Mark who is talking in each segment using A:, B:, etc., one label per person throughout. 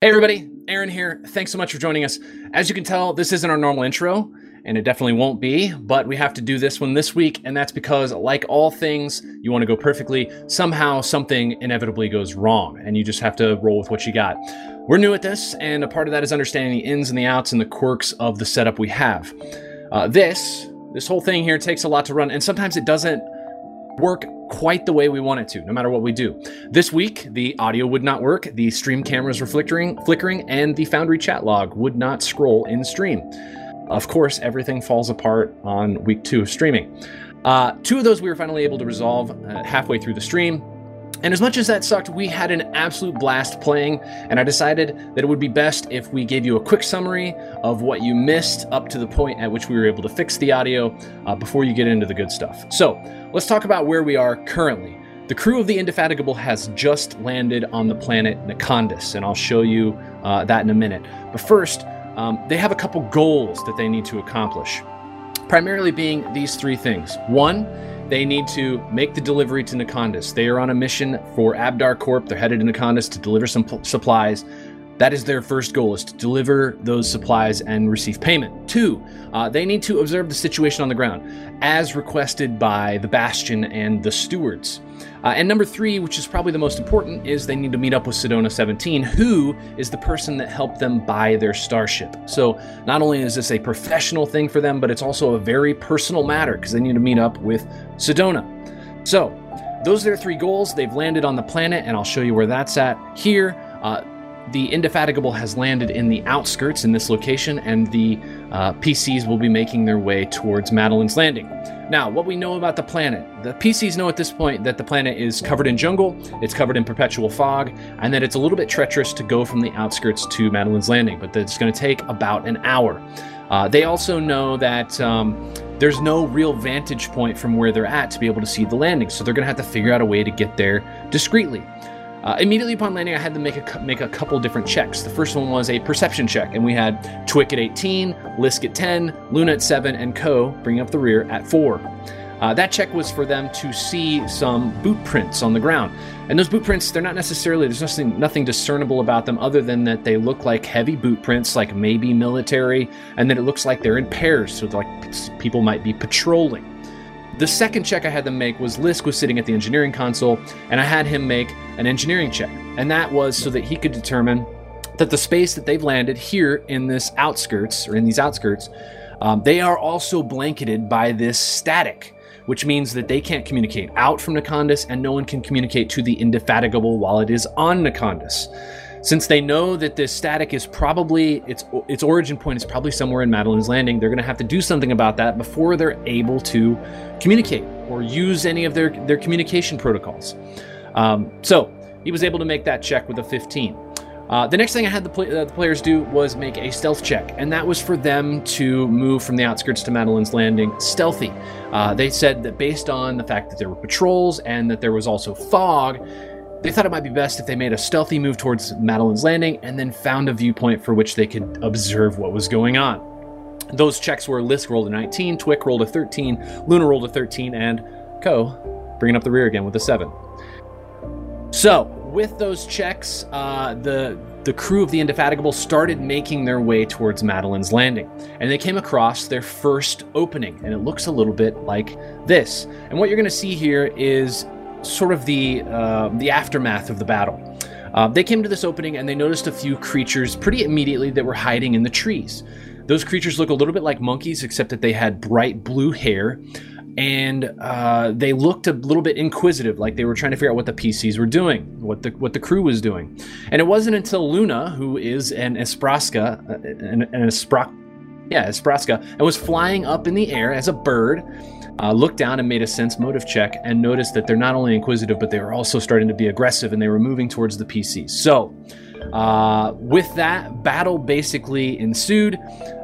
A: Hey, everybody, Aaron here. Thanks so much for joining us. As you can tell, this isn't our normal intro, and it definitely won't be, but we have to do this one this week, and that's because, like all things, you want to go perfectly. Somehow, something inevitably goes wrong, and you just have to roll with what you got. We're new at this, and a part of that is understanding the ins and the outs and the quirks of the setup we have. Uh, this, this whole thing here takes a lot to run, and sometimes it doesn't work quite the way we want it to, no matter what we do. This week, the audio would not work, the stream cameras were flickering, flickering, and the Foundry chat log would not scroll in stream. Of course, everything falls apart on week two of streaming. Uh, two of those we were finally able to resolve uh, halfway through the stream. And as much as that sucked, we had an absolute blast playing, and I decided that it would be best if we gave you a quick summary of what you missed up to the point at which we were able to fix the audio uh, before you get into the good stuff. So, let's talk about where we are currently. The crew of the Indefatigable has just landed on the planet Nikondis, and I'll show you uh, that in a minute. But first, um, they have a couple goals that they need to accomplish, primarily being these three things. One, they need to make the delivery to Nikondis. They are on a mission for Abdar Corp. They're headed to Nikondis to deliver some pl- supplies. That is their first goal: is to deliver those supplies and receive payment. Two, uh, they need to observe the situation on the ground, as requested by the Bastion and the stewards. Uh, and number three, which is probably the most important, is they need to meet up with Sedona 17, who is the person that helped them buy their starship. So not only is this a professional thing for them, but it's also a very personal matter because they need to meet up with Sedona. So those are their three goals. They've landed on the planet, and I'll show you where that's at here. Uh, the Indefatigable has landed in the outskirts in this location, and the uh, PCs will be making their way towards Madeline's Landing. Now, what we know about the planet the PCs know at this point that the planet is covered in jungle, it's covered in perpetual fog, and that it's a little bit treacherous to go from the outskirts to Madeline's Landing, but that it's going to take about an hour. Uh, they also know that um, there's no real vantage point from where they're at to be able to see the landing, so they're going to have to figure out a way to get there discreetly. Uh, immediately upon landing, I had to make a cou- make a couple different checks. The first one was a perception check, and we had Twick at 18, Lisk at 10, Luna at 7, and Co. bring up the rear at 4. Uh, that check was for them to see some boot prints on the ground, and those boot prints—they're not necessarily there's nothing nothing discernible about them other than that they look like heavy boot prints, like maybe military, and that it looks like they're in pairs, so like p- people might be patrolling. The second check I had them make was Lisk was sitting at the engineering console, and I had him make an engineering check. And that was so that he could determine that the space that they've landed here in this outskirts, or in these outskirts, um, they are also blanketed by this static, which means that they can't communicate out from Nikondis, and no one can communicate to the Indefatigable while it is on Nikondis. Since they know that this static is probably its its origin point is probably somewhere in Madeline's Landing, they're going to have to do something about that before they're able to communicate or use any of their, their communication protocols. Um, so he was able to make that check with a 15. Uh, the next thing I had the, pla uh, the players do was make a stealth check, and that was for them to move from the outskirts to Madeline's Landing stealthy. Uh, they said that based on the fact that there were patrols and that there was also fog, they thought it might be best if they made a stealthy move towards Madeline's Landing and then found a viewpoint for which they could observe what was going on. Those checks were Lisk rolled a 19, Twick rolled a 13, Luna rolled a 13, and Co bringing up the rear again with a 7. So, with those checks, uh, the the crew of the Indefatigable started making their way towards Madeline's Landing, and they came across their first opening, and it looks a little bit like this. And what you're going to see here is sort of the uh, the aftermath of the battle. Uh, they came to this opening and they noticed a few creatures pretty immediately that were hiding in the trees. Those creatures look a little bit like monkeys, except that they had bright blue hair, and uh, they looked a little bit inquisitive, like they were trying to figure out what the PCs were doing, what the what the crew was doing. And it wasn't until Luna, who is an Espraska, uh, an, an Espra, yeah, Espraska, and was flying up in the air as a bird, uh, looked down and made a sense motive check, and noticed that they're not only inquisitive, but they were also starting to be aggressive, and they were moving towards the PCs. So. Uh, with that, battle basically ensued.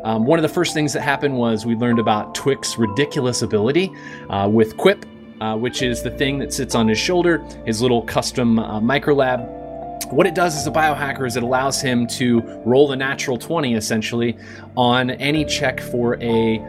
A: Um, one of the first things that happened was we learned about Twick's ridiculous ability uh, with Quip, uh, which is the thing that sits on his shoulder, his little custom uh, microlab. What it does as a biohacker is it allows him to roll the natural 20 essentially on any check for a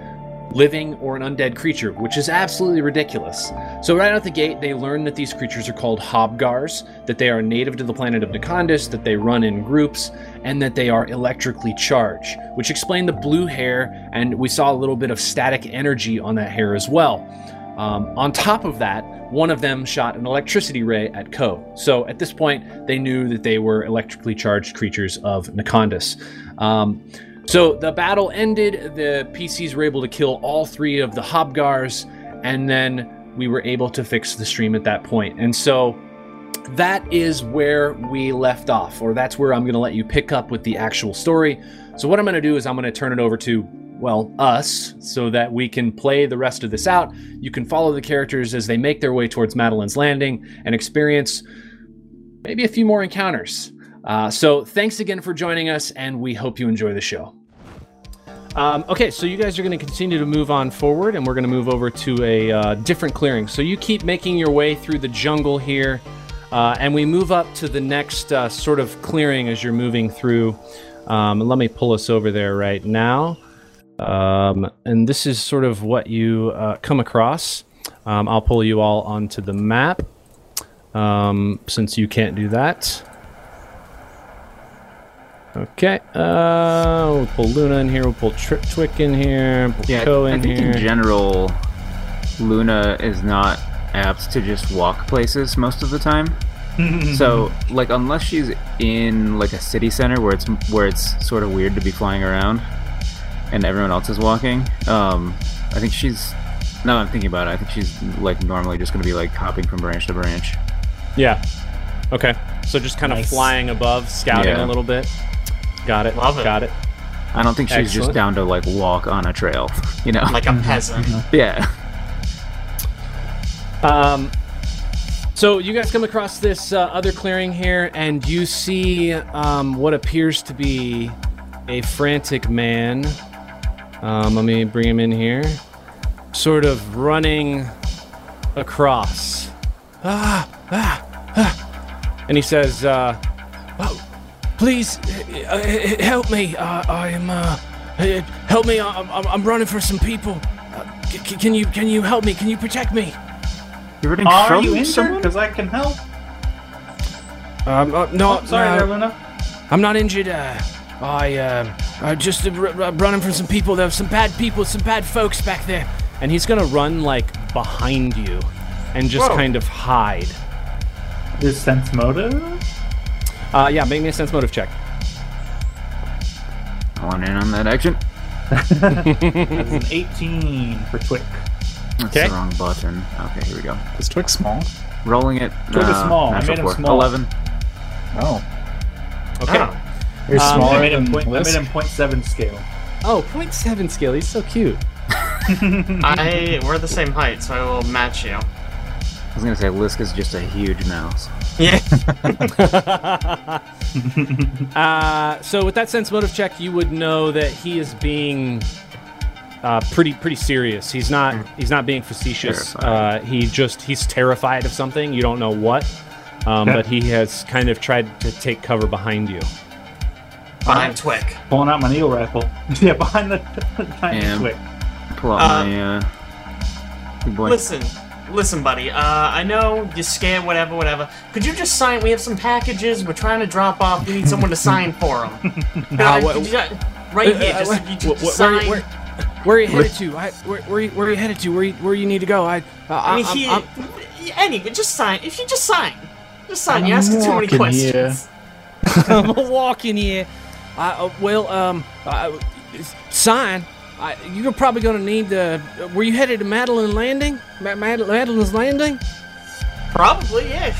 A: living or an undead creature, which is absolutely ridiculous. So, right out the gate, they learn that these creatures are called Hobgars, that they are native to the planet of Nikondas, that they run in groups, and that they are electrically charged, which explained the blue hair, and we saw a little bit of static energy on that hair as well. Um, on top of that, one of them shot an electricity ray at Ko. So at this point, they knew that they were electrically charged creatures of Nikondas. Um, so the battle ended. The PCs were able to kill all three of the Hobgars, and then we were able to fix the stream at that point. And so that is where we left off, or that's where I'm going to let you pick up with the actual story. So what I'm going to do is I'm going to turn it over to well, us, so that we can play the rest of this out. You can follow the characters as they make their way towards Madeline's Landing and experience maybe a few more encounters. Uh, so, thanks again for joining us, and we hope you enjoy the show. Um, okay, so you guys are going to continue to move on forward, and we're going to move over to a uh, different clearing. So, you keep making your way through the jungle here, uh, and we move up to the next uh, sort of clearing as you're moving through. Um, and let me pull us over there right now um, and this is sort of what you uh, come across. Um, I'll pull you all onto the map um, since you can't do that. Okay, uh, we'll pull Luna in here. We'll pull Trip Twick in here. Pull
B: Yeah,
A: Ko
B: I
A: in
B: think
A: here.
B: in general, Luna is not apt to just walk places most of the time. so, like, unless she's in like a city center where it's where it's sort of weird to be flying around, and everyone else is walking, um, I think she's. Now that I'm thinking about it, I think she's like normally just going to be like hopping from branch to branch.
A: yeah. Okay. So just kind of
C: Nice.
A: flying above, scouting
B: Yeah.
A: a little bit. Got it.
C: Love it.
A: Got it.
B: I don't think she's
A: Excellent.
B: just down to like walk on a trail, you know?
C: like a
D: Mm-hmm.
C: peasant.
B: yeah.
A: Um, so you guys come across this uh, other clearing here, and you see um, what appears to be a frantic man. Um, let me bring him in here. Sort of running across. Ah, ah, ah. And he says, uh, oh, please uh, uh, help me. Uh, I am, uh, uh, help me. I'm, I'm- I'm running for some people. Uh, c- c- can you can you help me? Can you protect me?
B: You're running
D: Are
B: from
D: you injured?
B: someone?
D: Because I can help.
A: Um, uh, no,
D: Oh, sorry,
A: no,
D: there, Luna.
A: I'm not injured. Uh, I, uh, I just uh, r- r- running from some people. There were some bad people, some bad folks back there. And he's gonna run like behind you, and just
D: Whoa.
A: kind of hide.
D: Is sense motive?
C: Hmm.
A: Uh, yeah, make me a sense motive check.
B: I want in on that action.
D: That's an 18 for Twick.
B: That's
A: Okay.
B: the wrong button. Okay, here we go.
E: Is Twix small?
B: Rolling it.
D: Twig is small. I
B: natural
D: made him
B: four.
D: small.
B: Eleven.
E: Oh.
A: Okay.
D: Ah.
C: Oh,
E: You're
A: Um,
E: smaller
D: I made him
E: than
D: point. I made
E: Lisk?
D: him point seven scale.
A: Oh, 0.7 skill. He's so cute.
C: I we're the same height, so I will match you.
B: I was gonna say Lisk is just a huge mouse.
C: Yeah.
A: Uh, so with that sense motive check, you would know that he is being uh, pretty pretty serious. He's not he's not being facetious. Uh,
B: Terrified.
A: he just he's terrified of something. You don't know what, um,
D: Okay.
A: but he has kind of tried to take cover behind you.
C: Behind Twick.
D: Pulling out my needle rifle. yeah, behind the behind
B: Yeah.
D: the Twick.
B: Pull out
C: Uh,
B: my uh. Big boy.
C: Listen, listen, buddy. Uh, I know you scan whatever, whatever. Could you just sign? We have some packages. We're trying to drop off. We need someone to sign for them.
A: Uh, what- Uh,
C: right here. Just, you just sign.
A: where are you headed to? I, where, where, you- where are you headed to? Where you, where you need to go? I, uh,
C: I
A: I,
C: mean, he, any, just sign. If you just sign, just sign. You're asking too many
E: walking
C: questions.
E: here.
A: I'm a walking here. I, uh, well, um, I, sign. I, you're probably gonna need the. Were you headed to Madeline Landing? Ma- Mad- Madeline's Landing?
C: Probably, yeah.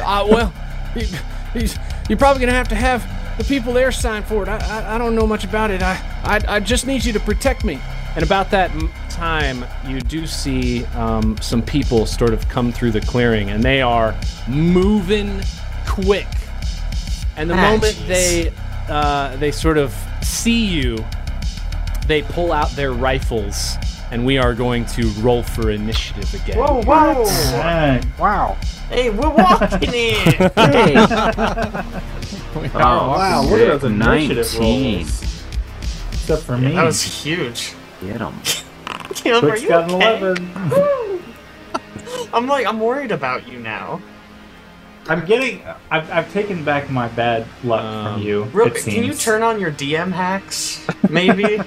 A: Uh, well, you, you- you're probably gonna have to have the people there sign for it. I, I, I don't know much about it. I, I, I just need you to protect me. And about that m- time, you do see um, some people sort of come through the clearing, and they are moving quick. And the
C: Ah,
A: moment
C: jeez.
A: they uh, they sort of see you, they pull out their rifles, and we are going to roll for initiative again.
D: whoa! Dang.
E: Oh, Wow.
C: Hey, we're walking here.
B: Hey. oh,
D: wow, look at those initiative
B: nineteen.
D: rolls. Except for me.
C: that was huge.
B: Get him.
C: Caleb, are
D: Rick's
C: you
D: got an
C: okay?
D: 11.
C: I'm like, I'm worried about you now.
D: I'm getting. I've, I've taken back my bad luck
A: Um,
D: from you.
C: Real,
D: it
C: quick,
D: seems.
C: can you turn on your DM hacks, maybe?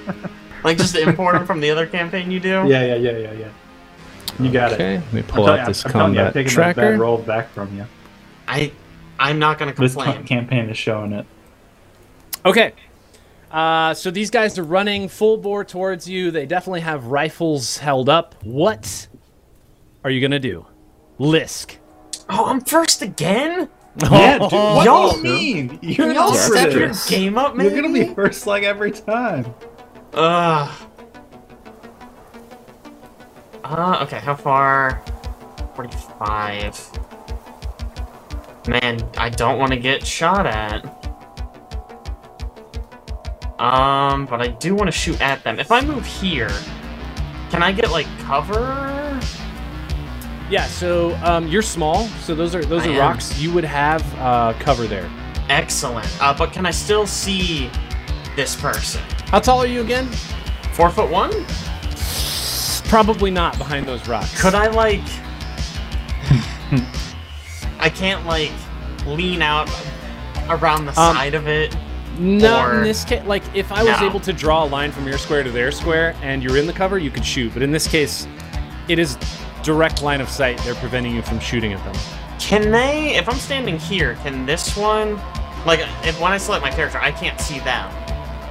C: like just to import them from the other campaign you do.
D: Yeah, yeah, yeah, yeah, yeah. You got it.
A: Okay, let me
D: I'm
A: pull
D: telling
A: out
D: you,
A: this
D: I'm telling you, I've
A: combat
D: taken that bad
A: tracker.
D: roll back from you.
C: I, I'm not gonna
D: This ca-
C: complain.
D: campaign is showing it.
A: Okay. Uh, so these guys are running full bore towards you. They definitely have rifles held up. What are you gonna do, Lisk?
C: Oh, I'm first again.
D: Yeah, dude, what
C: Y'all-
D: do you mean? You're
C: Can
D: an
C: y'all step your
D: operative.
C: game up,
D: You're
C: maybe?
D: gonna be first like every time.
C: Ugh. Uh, okay, how far? 45. Man, I don't want to get shot at. Um, but I do want to shoot at them. If I move here, can I get, like, cover?
A: Yeah. So um, you're small. So those are those
C: I
A: are
C: am.
A: rocks. You would have uh, cover there.
C: Excellent. Uh, but can I still see this person?
A: How tall are you again?
C: Four foot one?
A: Probably not behind those rocks.
C: Could I like? I can't like lean out around the
A: Um,
C: side of it.
A: Not
C: Or-
A: in this case. Like, if I was
C: No.
A: able to draw a line from your square to their square and you're in the cover, you could shoot. But in this case, it is direct line of sight. They're preventing you from shooting at them.
C: Can they? If I'm standing here, can this one? Like, if when I select my character, I can't see them.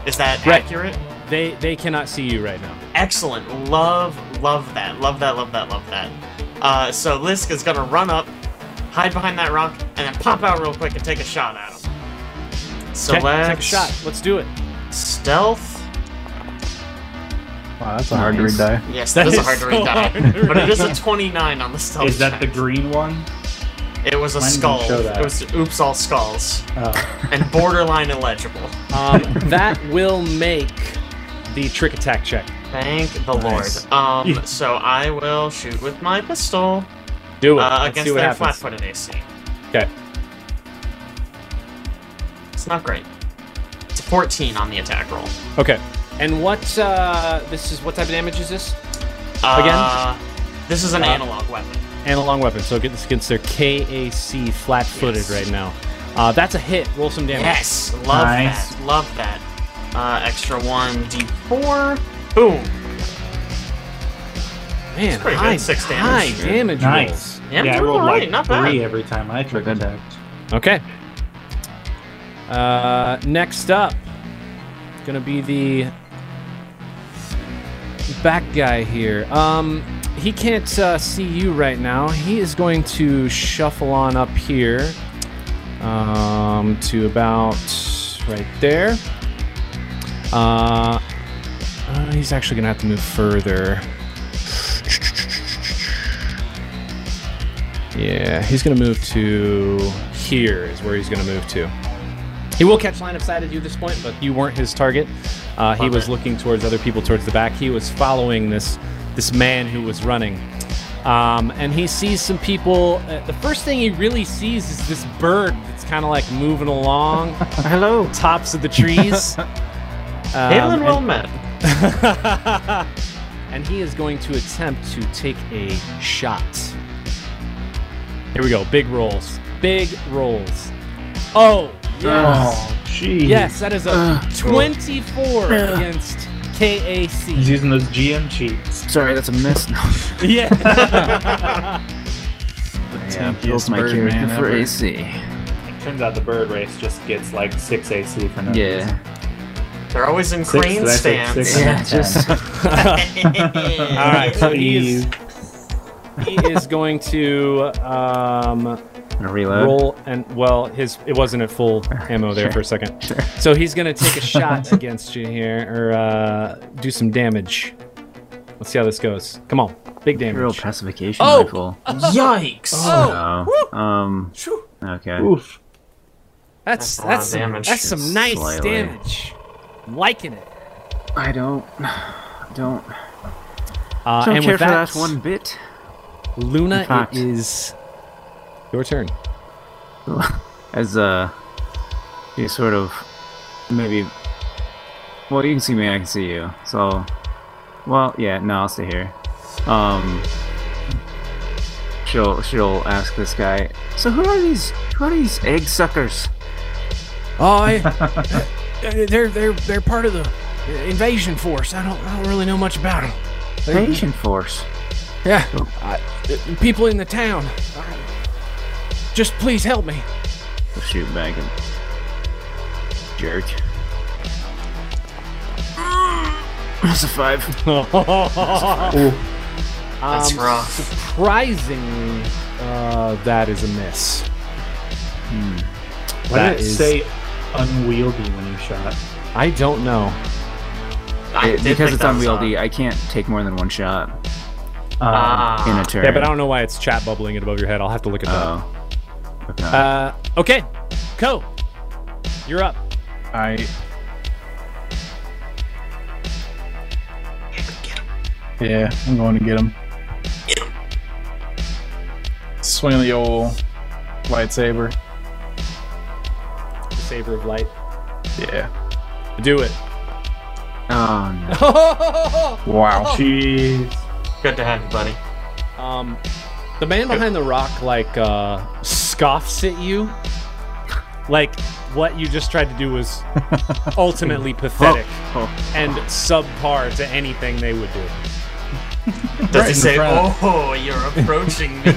C: Is that
A: Right.
C: accurate?
A: They they cannot see you right now.
C: Excellent. Love, love that. Love that. Love that. Love that. Uh, so Lisk is gonna run up, hide behind that rock, and then pop out real quick and take a shot at him. So
A: Okay,
C: let's
A: take a shot. Let's do it.
C: Stealth.
F: Wow, that's a hard to read
B: Nice.
F: die.
C: Yes,
A: That
C: that is a
A: is
C: hard to
A: so
C: read die.
A: hard to
C: But it
A: read.
C: is a 29 on the stealth
D: Is that the
C: check.
D: green one?
C: It was a
D: Mine didn't
C: skull.
D: show that.
C: It was oops all skulls.
D: Oh,
C: And borderline illegible.
A: Um, that will make the trick attack check.
C: Thank the
F: Nice.
C: lord. Um
D: Yeah.
C: so I will shoot with my pistol
A: Do it.
C: uh,
A: Let's see
C: against
A: what
C: their flat
A: happens.
C: footed AC.
A: Okay.
C: It's not great. It's a 14 on the attack roll.
A: Okay. And what uh, this is? What type of damage is this?
C: Uh, This is an
A: Uh,
C: analog weapon.
A: Analog weapon. So get this against their KAC flat footed
C: Yes.
A: right now. Uh, that's a hit. Roll some damage.
C: Yes, love
D: Nice.
C: that. Love that. Uh, extra one d4. Boom.
A: Man,
C: pretty good.
A: high,
C: Six
A: high
C: damage.
A: damage. rolls.
D: nice.
C: Yeah, I'm
D: I
C: doing
D: rolled
C: alright,
D: like
C: not bad.
D: three every time I trick
B: Good.
D: attacked.
A: Okay. Uh, next up, gonna be the back guy here. Um, he can't uh, see you right now. He is going to shuffle on up here, um, to about right there. Uh, uh, he's actually gonna have to move further. Yeah, he's gonna move to here is where he's gonna move to. He will catch line of sight at you this point, but you weren't his target. Uh, he
C: Bummer.
A: was looking towards other people towards the back. He was following this this man who was running, um, and he sees some people. Uh, the first thing he really sees is this bird that's kind of like moving along
B: Hello.
A: tops of the trees. Um,
D: Um,
C: Halen
A: and-
C: well met.
A: and he is going to attempt to take a shot. Here we go. Big rolls. Big rolls. Oh, yes.
D: Oh, jeez.
A: Yes, that is a
B: Ugh.
A: 24 against
D: He's
A: KAC.
D: using those GM cheats.
B: Sorry, that's a miss. No,
A: Yeah.
F: Yeah,
B: build my
F: Birdman
B: character for
F: ever.
B: AC.
D: Turns out the bird race just gets like six AC for no reason.
B: Yeah.
C: They're always in
D: Six,
C: crane
D: did I say
C: stance.
D: six?
B: Yeah. Just.
C: All
A: right, so he's-
D: Please.
A: he is going to um,
B: Gonna reload.
A: roll and well his it wasn't at full ammo there for a second so he's gonna take a shot against you here or uh, do some damage let's see how this goes come on big
B: Real
A: damage
B: pacification
A: Oh!
B: rifle.
C: Yikes!
B: Oh. Um.
A: Phew.
B: Okay.
D: Oof.
A: that's
C: That's a lot
A: that's
C: of
A: some,
C: damage.
A: that's some nice
B: Slightly.
A: damage liking it
B: I don't. Don't.
A: uh,
B: don't
A: and
B: care
A: with
B: for
A: that,
B: that one bit.
A: luna
B: In fact.
A: it is your turn
B: As uh, you sort of maybe. Well, you can see me. I can see you. So Well, yeah, no, I'll stay here. Um, she'll she'll ask this guy. So who are these? Who are these egg suckers?
A: Oh, I, they're they're they're part of the invasion force. I don't I don't really know much about them.
B: Invasion force.
A: Yeah, I, uh, people in the town. I- Just please help me.
B: She'll shoot back and jerk. That's a five.
C: That's
A: Um,
C: rough.
A: Surprisingly, uh, that is a miss. Hmm.
D: Why
A: That
D: did it
A: is-
D: say unwieldy when you shot?
A: I don't know.
C: I
B: It- because
C: did think
B: it's
C: that was
B: unwieldy,
C: odd.
B: I can't take more than one shot
D: Uh,
C: Ah.
B: in a turn.
A: Yeah, but I don't know why it's chat bubbling it above your head. I'll have to look at that.
B: Oh. Okay.
A: Uh, okay, Co, you're up.
G: I. Yeah, I'm going to get him. Swing the old lightsaber.
A: The saber of light.
G: Yeah.
A: Do it.
B: oh no.
G: Wow.
D: Oh, Jeez.
C: Good to have you, buddy.
A: um, the man behind the rock like uh, scoffs at you, like what you just tried to do was ultimately pathetic
B: Oh.
A: and subpar to anything they would do.
C: Does
G: Right
C: he
G: in
C: say,
G: front.
C: "Oh, you're approaching me"?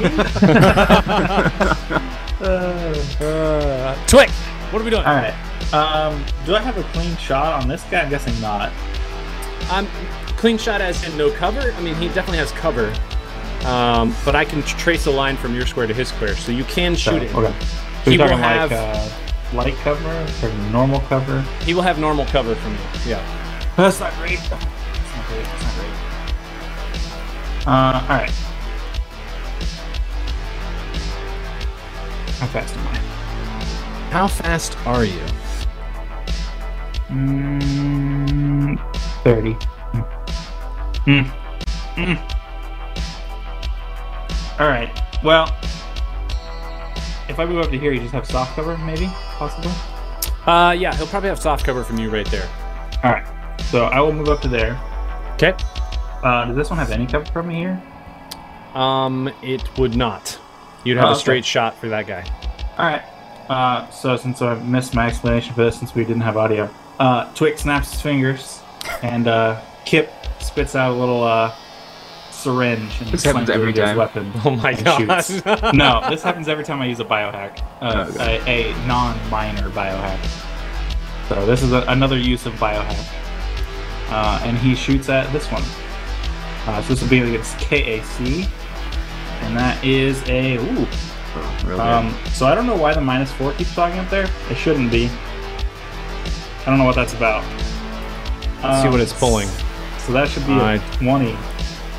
A: Twick, what are we doing?
D: All right. Um, do I have a clean shot on this guy? I'm guessing not.
A: I'm clean shot as in no cover. I mean, he definitely has cover, um, but I can tr- trace a line from your square to his square, so you can shoot it.
D: Okay.
A: He
D: So you're
A: will
D: talking
A: have-
D: like uh, light cover or normal cover?
A: He will have normal cover from you. Yeah.
D: That's not great. That's not great. That's not great. Uh, all right. How fast am I?
A: How fast are you?
D: Mm, 30. Mm. Mm. All right. Well, if I move up to here, you just have soft cover, maybe? Possible?
A: Uh, yeah, he'll probably have soft cover from you right there.
D: All right. So I will move up to there.
A: Okay.
D: Uh, does this one have any cover from me here?
A: Um, it would not. You'd have
D: Oh,
A: a
D: okay.
A: straight shot for that guy.
D: All right. Uh, so since I missed my explanation for this, since we didn't have audio, uh, Twig snaps his fingers, and uh, Kip spits out a little uh, syringe and
B: This happens
D: slams it
B: every
D: into his
B: time.
D: weapon.
A: Oh my
D: and
A: god.
D: shoots. no, this happens every time I use a biohack, uh,
B: Oh,
D: a, a non-minor biohack. So this is a, another use of biohack, uh, and he shoots at this one. Uh, so this will be against KAC, and that is a ooh,
B: Oh, real good.
D: um, so I don't know why the minus four keeps talking up there. It shouldn't be. I don't know what that's about.
A: Let's see
D: Um,
A: what it's pulling.
D: So that should be a
A: I-
D: 20.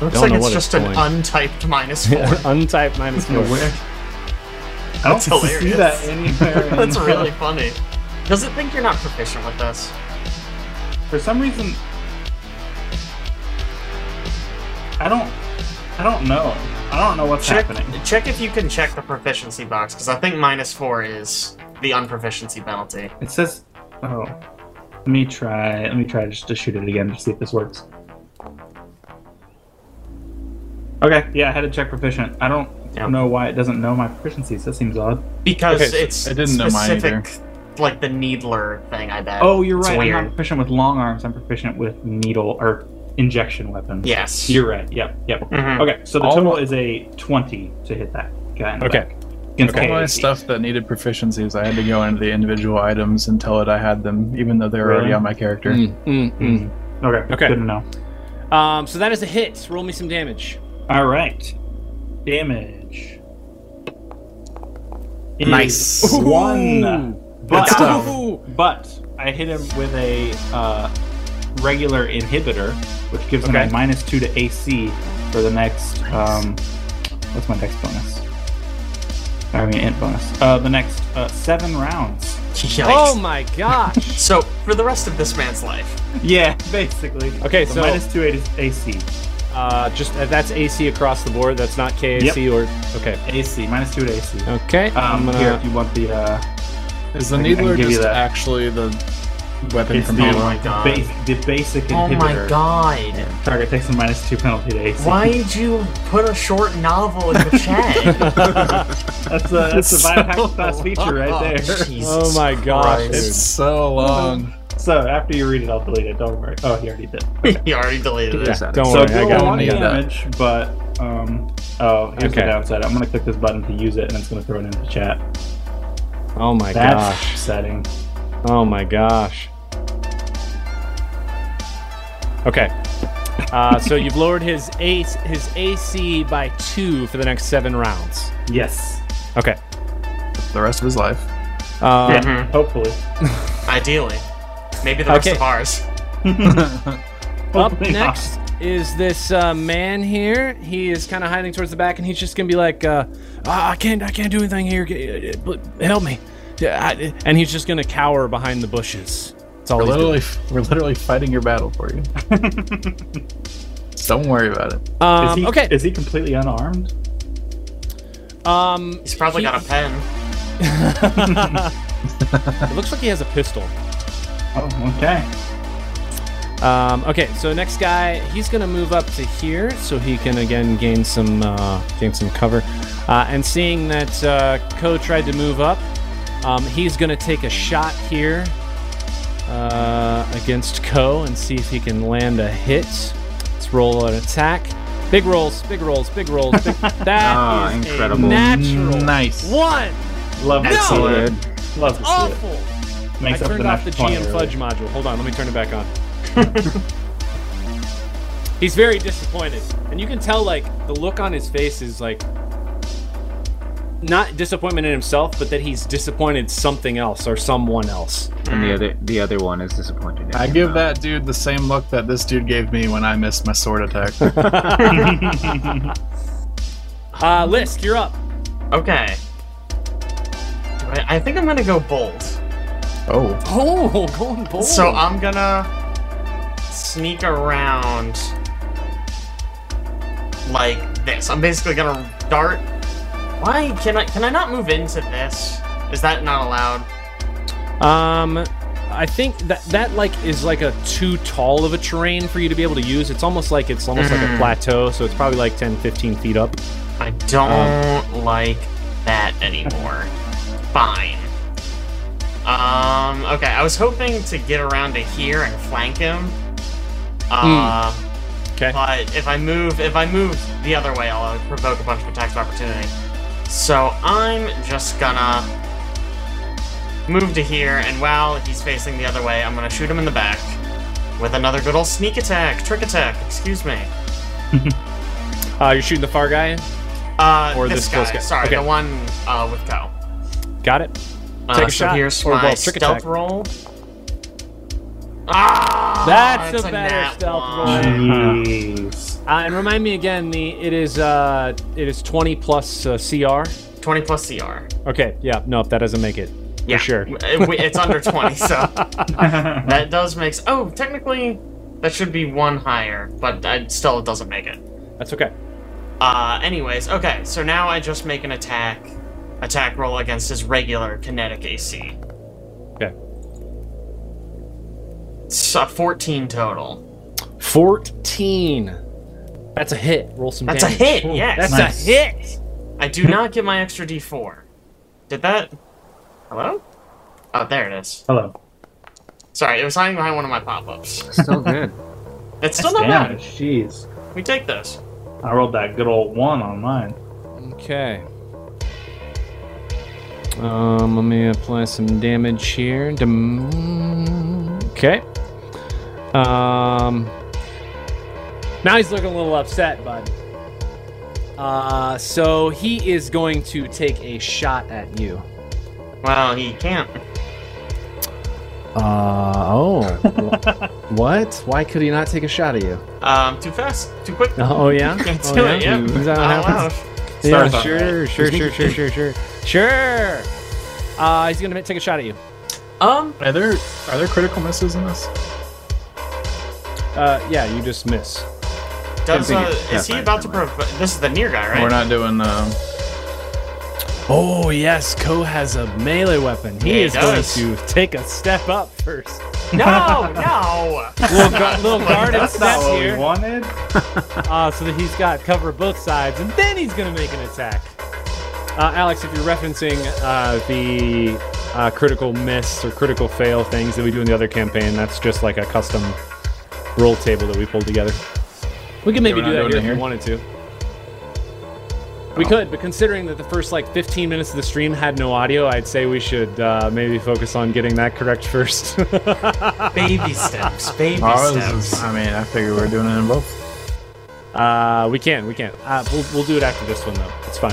C: Looks
A: Don't
C: like
A: know
C: it's
A: what it's
C: just an
A: doing.
C: untyped minus four.
A: Untyped minus four.
D: I don't
C: That's
D: see
C: hilarious.
D: that anywhere. in-
C: That's really funny. Does it think you're not proficient with this?
D: For some reason, I don't. I don't know. I don't know what's
C: Check,
D: happening.
C: check if you can check the proficiency box, because I think minus four is the unproficiency penalty.
D: It says, "Oh, let me try. Let me try just to shoot it again to see if this works." Okay, yeah, I had to check proficient. I don't
C: Yeah.
D: know why it doesn't know my proficiencies. That seems odd.
C: Because
G: Okay, so
C: it's
G: I didn't know mine
C: specific, like the needler thing, I bet.
D: Oh, you're
C: It's
D: right. I'm
C: weird.
D: not proficient with long arms. I'm proficient with needle or injection weapons.
C: Yes.
D: you're right. Yep, yep.
C: Mhm.
D: Okay, so the
G: All
D: total
G: my-
D: is a twenty to hit that guy. in the
A: Okay.
D: back. Against
G: All my
D: KAC.
G: stuff that needed proficiencies, I had to go into the individual items and tell it I had them, even though they were already
D: Really? Hmm.
G: on my character.
A: Mm, mm, mm.
D: Okay,
A: Okay.
D: okay. Good to know.
A: Um, so that is a hit. Roll me some damage.
D: All right. Damage. It
C: Nice.
D: is One. But,
A: stuff.
D: but I hit him with a uh, regular inhibitor, which gives him
A: Okay.
D: a minus two to AC for the next. Um, what's my next bonus? I mean, int bonus. Uh, the next uh, seven rounds.
C: Yikes.
A: Oh my gosh.
C: So, for the rest of this man's life,
D: Yeah, basically.
A: Okay, so-
D: minus two to AC.
A: uh, just uh, that's AC across the board. That's not KAC
D: Yep.
A: or okay.
D: AC minus two to AC.
A: Okay.
D: Um,
A: I'm gonna.
D: here, if you want the. Uh,
G: Is
D: I
G: the
D: can- I can
G: needler
D: give you
G: just
D: that.
G: actually the weapon
D: It's
G: from
D: the,
C: Oh
G: you.
C: my god.
D: base, the basic
C: Oh
D: inhibitor.
C: my god.
D: Target takes a minus two penalty to AC.
C: Why'd you put a short novel in the chat?
D: That's a that's a biohack class feature right there.
C: Jesus
A: Oh my gosh.
C: Christ.
G: It's so long.
D: So after you read it, I'll delete it. Don't worry. Oh, he already did.
C: you already deleted it.
B: This out.
A: Don't
D: so
A: worry, I
D: deal
A: got
D: one
A: one. I got that.
D: damage, but um. Oh, here's
A: Okay.
D: the downside. I'm gonna click this button to use it, and it's gonna throw it into the chat.
A: Oh my
D: That's
A: gosh.
D: upsetting.
A: Oh my gosh. Okay. Uh, so you've lowered his ace his AC by two for the next seven rounds.
D: Yes.
A: Okay.
G: The rest of his life.
A: Uh,
C: Mhm.
D: Hopefully.
C: Ideally. Maybe the rest
A: Okay.
C: of ours. Oh
A: Up
D: Hopefully not.
A: next is this uh, man here. He is kind of hiding towards the back, and he's just gonna be like, uh, "Ah, "I can't, I can't do anything here. G- uh, But help me!" Yeah, I- And he's just gonna cower behind the bushes. That's all
G: We're
A: he's doing.
G: literally, we're literally fighting your battle for you. Don't worry about it.
D: Is
A: Um,
D: he,
A: okay.
D: Is he completely unarmed?
A: Um,
C: He's probably
A: he-
C: got a pen.
A: it looks like he has a pistol.
D: Oh, okay.
A: Um, okay, so next guy, he's gonna move up to here so he can again gain some uh, gain some cover. Uh, and seeing that uh, Ko tried to move up, um, he's gonna take a shot here uh, against Ko and see if he can land a hit. Let's roll an attack. Big rolls, big rolls, big rolls. Big... That
B: Ah,
A: is a
B: incredible.
A: natural
G: Nice.
A: one.
D: Love to
C: No!
D: see it.
B: Good.
D: Love to see it.
A: Awful.
D: Makes
A: I
D: up
A: turned
D: the
A: off the
D: next 20
A: GM
D: early.
A: Fudge module. Hold on, let me turn it back on. He's very disappointed, and you can tell like the look on his face is like not disappointment in himself, but that he's disappointed something else or someone else.
B: And the other the other one is disappointed. in
G: I
B: him,
G: give
B: though.
G: that dude the same look that this dude gave me when I missed my sword attack.
A: Uh, Lisk, you're up.
C: Okay. I I think I'm gonna go bold.
G: oh,
A: Oh, going bold.
C: So uh, I'm gonna sneak around like this. I'm basically gonna dart. Why can I can I not move into this? Is that not allowed?
A: Um, I think that that like is like a too tall of a terrain for you to be able to use. It's almost like it's almost like a
C: Mhm.
A: plateau, so it's probably like 10, 15 feet up.
C: I don't like that anymore. Fine. Um, okay, I was hoping to get around to here and flank him. Uh,
A: Okay.
C: But if I move, if I move the other way, I'll provoke a bunch of attacks of opportunity. So I'm just gonna move to here, and while he's facing the other way, I'm gonna shoot him in the back with another good old sneak attack, trick attack. Excuse me.
A: Uh, you're shooting the far guy.
C: Uh,
A: Or
C: this,
A: this
C: guy.
A: close guy.
C: Sorry,
A: Okay.
C: the one uh, with Go.
A: Got it.
C: Uh,
A: Take a
C: so
A: shot,
C: Here's
A: or,
C: my
A: well, trick
C: stealth
A: attack.
C: roll. Ah,
A: That's a better
C: nat
A: stealth
C: one.
A: roll.
D: Mm-hmm. Jeez.
A: Uh, and remind me again. The it is uh it is twenty plus uh, CR.
C: Twenty plus CR.
A: Okay. Yeah. No, if that doesn't make it.
C: Yeah, Uh,
A: sure.
C: w- it- we- It's under twenty, so that does make. s- Oh, technically, that should be one higher, but I, still it doesn't make it.
A: That's okay.
C: Uh, anyways, okay, so now I just make an attack, attack roll against his regular kinetic AC.
A: Okay.
C: It's a fourteen total.
A: Fourteen. That's a hit. Roll some.
C: That's a
A: damage.
C: hit. Yes.
A: That's
G: Nice.
A: a hit.
C: I do not get my extra D4. Did that? Hello? Oh, there it is.
D: Hello.
C: Sorry, it was hiding behind one of my pop-ups.
B: Still good.
C: It's still not
D: Damn,
C: bad.
D: jeez.
C: We take this.
D: I rolled that good old one on mine.
A: Okay. Um, let me apply some damage here. Dum- okay. Um, now he's looking a little upset, bud. Uh, so he is going to take a shot at you.
C: Well, he can't.
A: Uh, oh. what? Why could he not take a shot at you?
C: Um, too fast, too quick.
A: Oh, yeah?
C: Can't
A: Oh,
C: do it. Yep.
A: Is that what
C: Not
A: happens?
C: allowed.
A: Yeah,
D: Stars on
A: sure, sure, sure, sure, sure, sure, sure. Uh, he's gonna ma- take a shot at you.
C: Um,
G: are there are there critical misses in this?
A: Uh, yeah, you just miss.
C: does
B: think
C: uh,
B: it's- yeah,
C: is he
B: fine,
C: about to
B: never
C: provoke? This is the near guy, right?
G: We're not doing. Uh,
A: Oh yes, Ko has a melee weapon.
C: Yeah,
A: He
C: he
A: is going
C: does.
A: to take a step up first.
C: No, no.
A: Little, gu- little guarded
D: That's not
A: step
D: what we
A: here,
D: wanted.
A: uh, so that he's got cover of both sides, and then he's gonna make an attack. Uh, Alex, if you're referencing uh, the uh, critical miss or critical fail things that we do in the other campaign, that's just like a custom roll table that we pulled together. We could maybe
G: we're
A: do
G: not
A: that here if
G: doing it
A: we
G: here?
A: wanted to. We could, but considering that the first like 15 minutes of the stream had no audio, I'd say we should uh, maybe focus on getting that correct first.
C: Baby steps. Baby
A: Oh,
G: Ours
C: steps.
G: is, I mean, I figure we're doing it in both.
A: Uh, we can, we can. Uh, we'll, we'll do it after this one though. It's fine.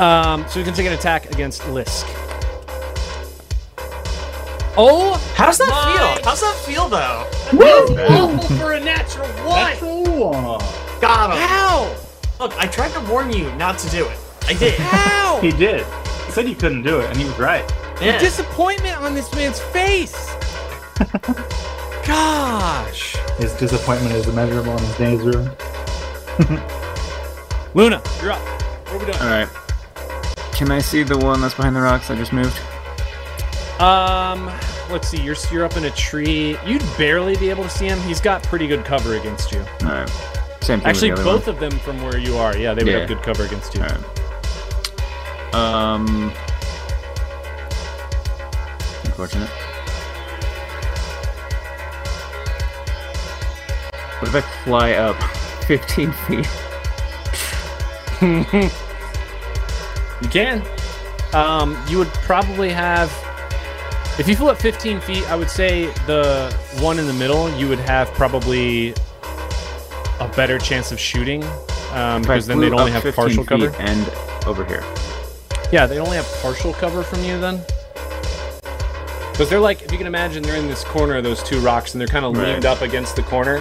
A: Um, so we can take an attack against Lisk. Oh,
C: How does that
A: My-
C: feel? How's that feel though?
A: awful for a natural one.
C: Got him.
A: How?
C: Look, I tried to warn you not to do it. I did.
A: How?
D: He did. He said he couldn't do it, and he was right.
C: Yeah.
A: Disappointment on this man's face. Gosh,
D: His disappointment is immeasurable, and his day is ruined.
A: Luna, you're up. What are we doing?
B: All right. Can I see the one that's behind the rocks? I just moved.
A: Um, let's see. You're you're up in a tree. You'd barely be able to see him. He's got pretty good cover against you.
B: All right. Same thing.
A: Actually,
B: with the other
A: both of them from where you are. Yeah, they would
B: Yeah.
A: have good cover against you.
B: One. All right. Um. Unfortunate. What if I fly up 15 feet?
A: You can. Um, you would probably have. If you flew up 15 feet, I would say the one in the middle, you would have probably a better chance of shooting um,
B: If I
A: because then they'd
B: flew
A: only
B: up
A: have partial
B: 15 feet
A: cover.
B: And over here.
A: Yeah, they only have partial cover from you then. Because they're like, if you can imagine, they're in this corner of those two rocks, and they're kind of
B: Right.
A: leaned up against the corner.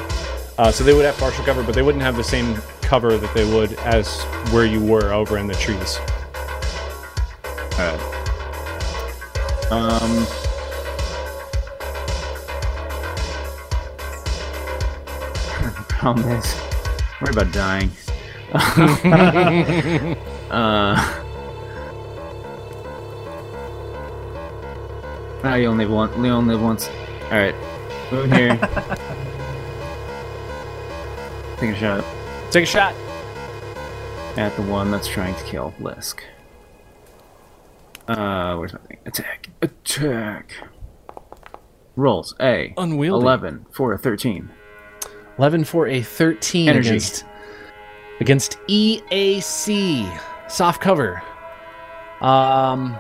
A: Uh, so they would have partial cover, but they wouldn't have the same cover that they would as where you were over in the trees.
B: Alright. Um. Problem is, oh, worry about dying. uh, I only live once. We only live once. All right, move here. Take a shot
A: Take a shot.
B: at the one that's trying to kill Lisk. Uh, where's my thing? Attack. Attack. Rolls. A.
A: Unwieldy.
B: 11 for a 13.
H: 11 for a 13
B: Energy.
H: against against
A: E
H: EAC soft cover. Um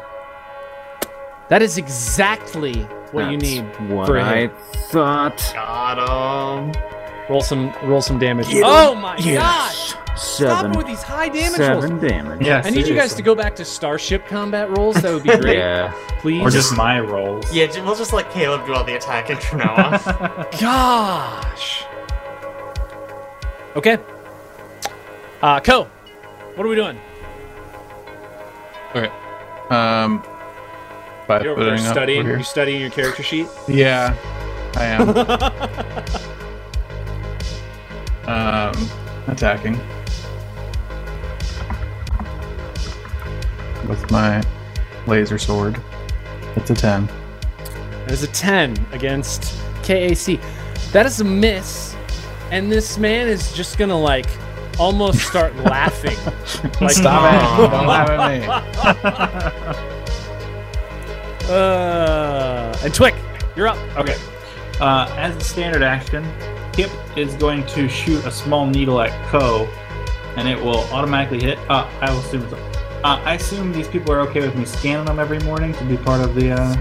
H: that is exactly what you
B: That's
H: need
B: What
H: for a
B: I
H: hit.
B: thought.
C: Got him.
A: Roll some, roll some damage. oh my gosh!
B: Yes.
A: Stop
B: Seven.
A: with these high damage rolls.
B: seven damage.
D: Yeah,
A: I need you guys to
D: seriously.
A: go back to starship combat rolls. That would be great,
B: Yeah.
A: please.
D: Or just my rolls.
C: Yeah, ju- we'll just let Caleb do all the attacking from now on.
A: Gosh. Okay. Uh, Co, what are we doing?
G: Okay. Um, by
A: You're over there
G: putting up
A: studying.
G: over
A: You're
G: here.
A: studying your character sheet.
G: Yeah, I am. um, attacking with my laser sword. It's a ten.
A: That is a 10 against KAC. That is a miss. And this man is just gonna like almost start laughing. Like,
G: Stop it! Don't laugh at me.
A: "Oh, Uh, and Twick, you're up.
D: Okay. Uh, as a standard action, Kip is going to shoot a small needle at Ko, and it will automatically hit. Uh, I will assume. It's, uh, I assume these people are okay with me scanning them every morning to be part of the. Uh,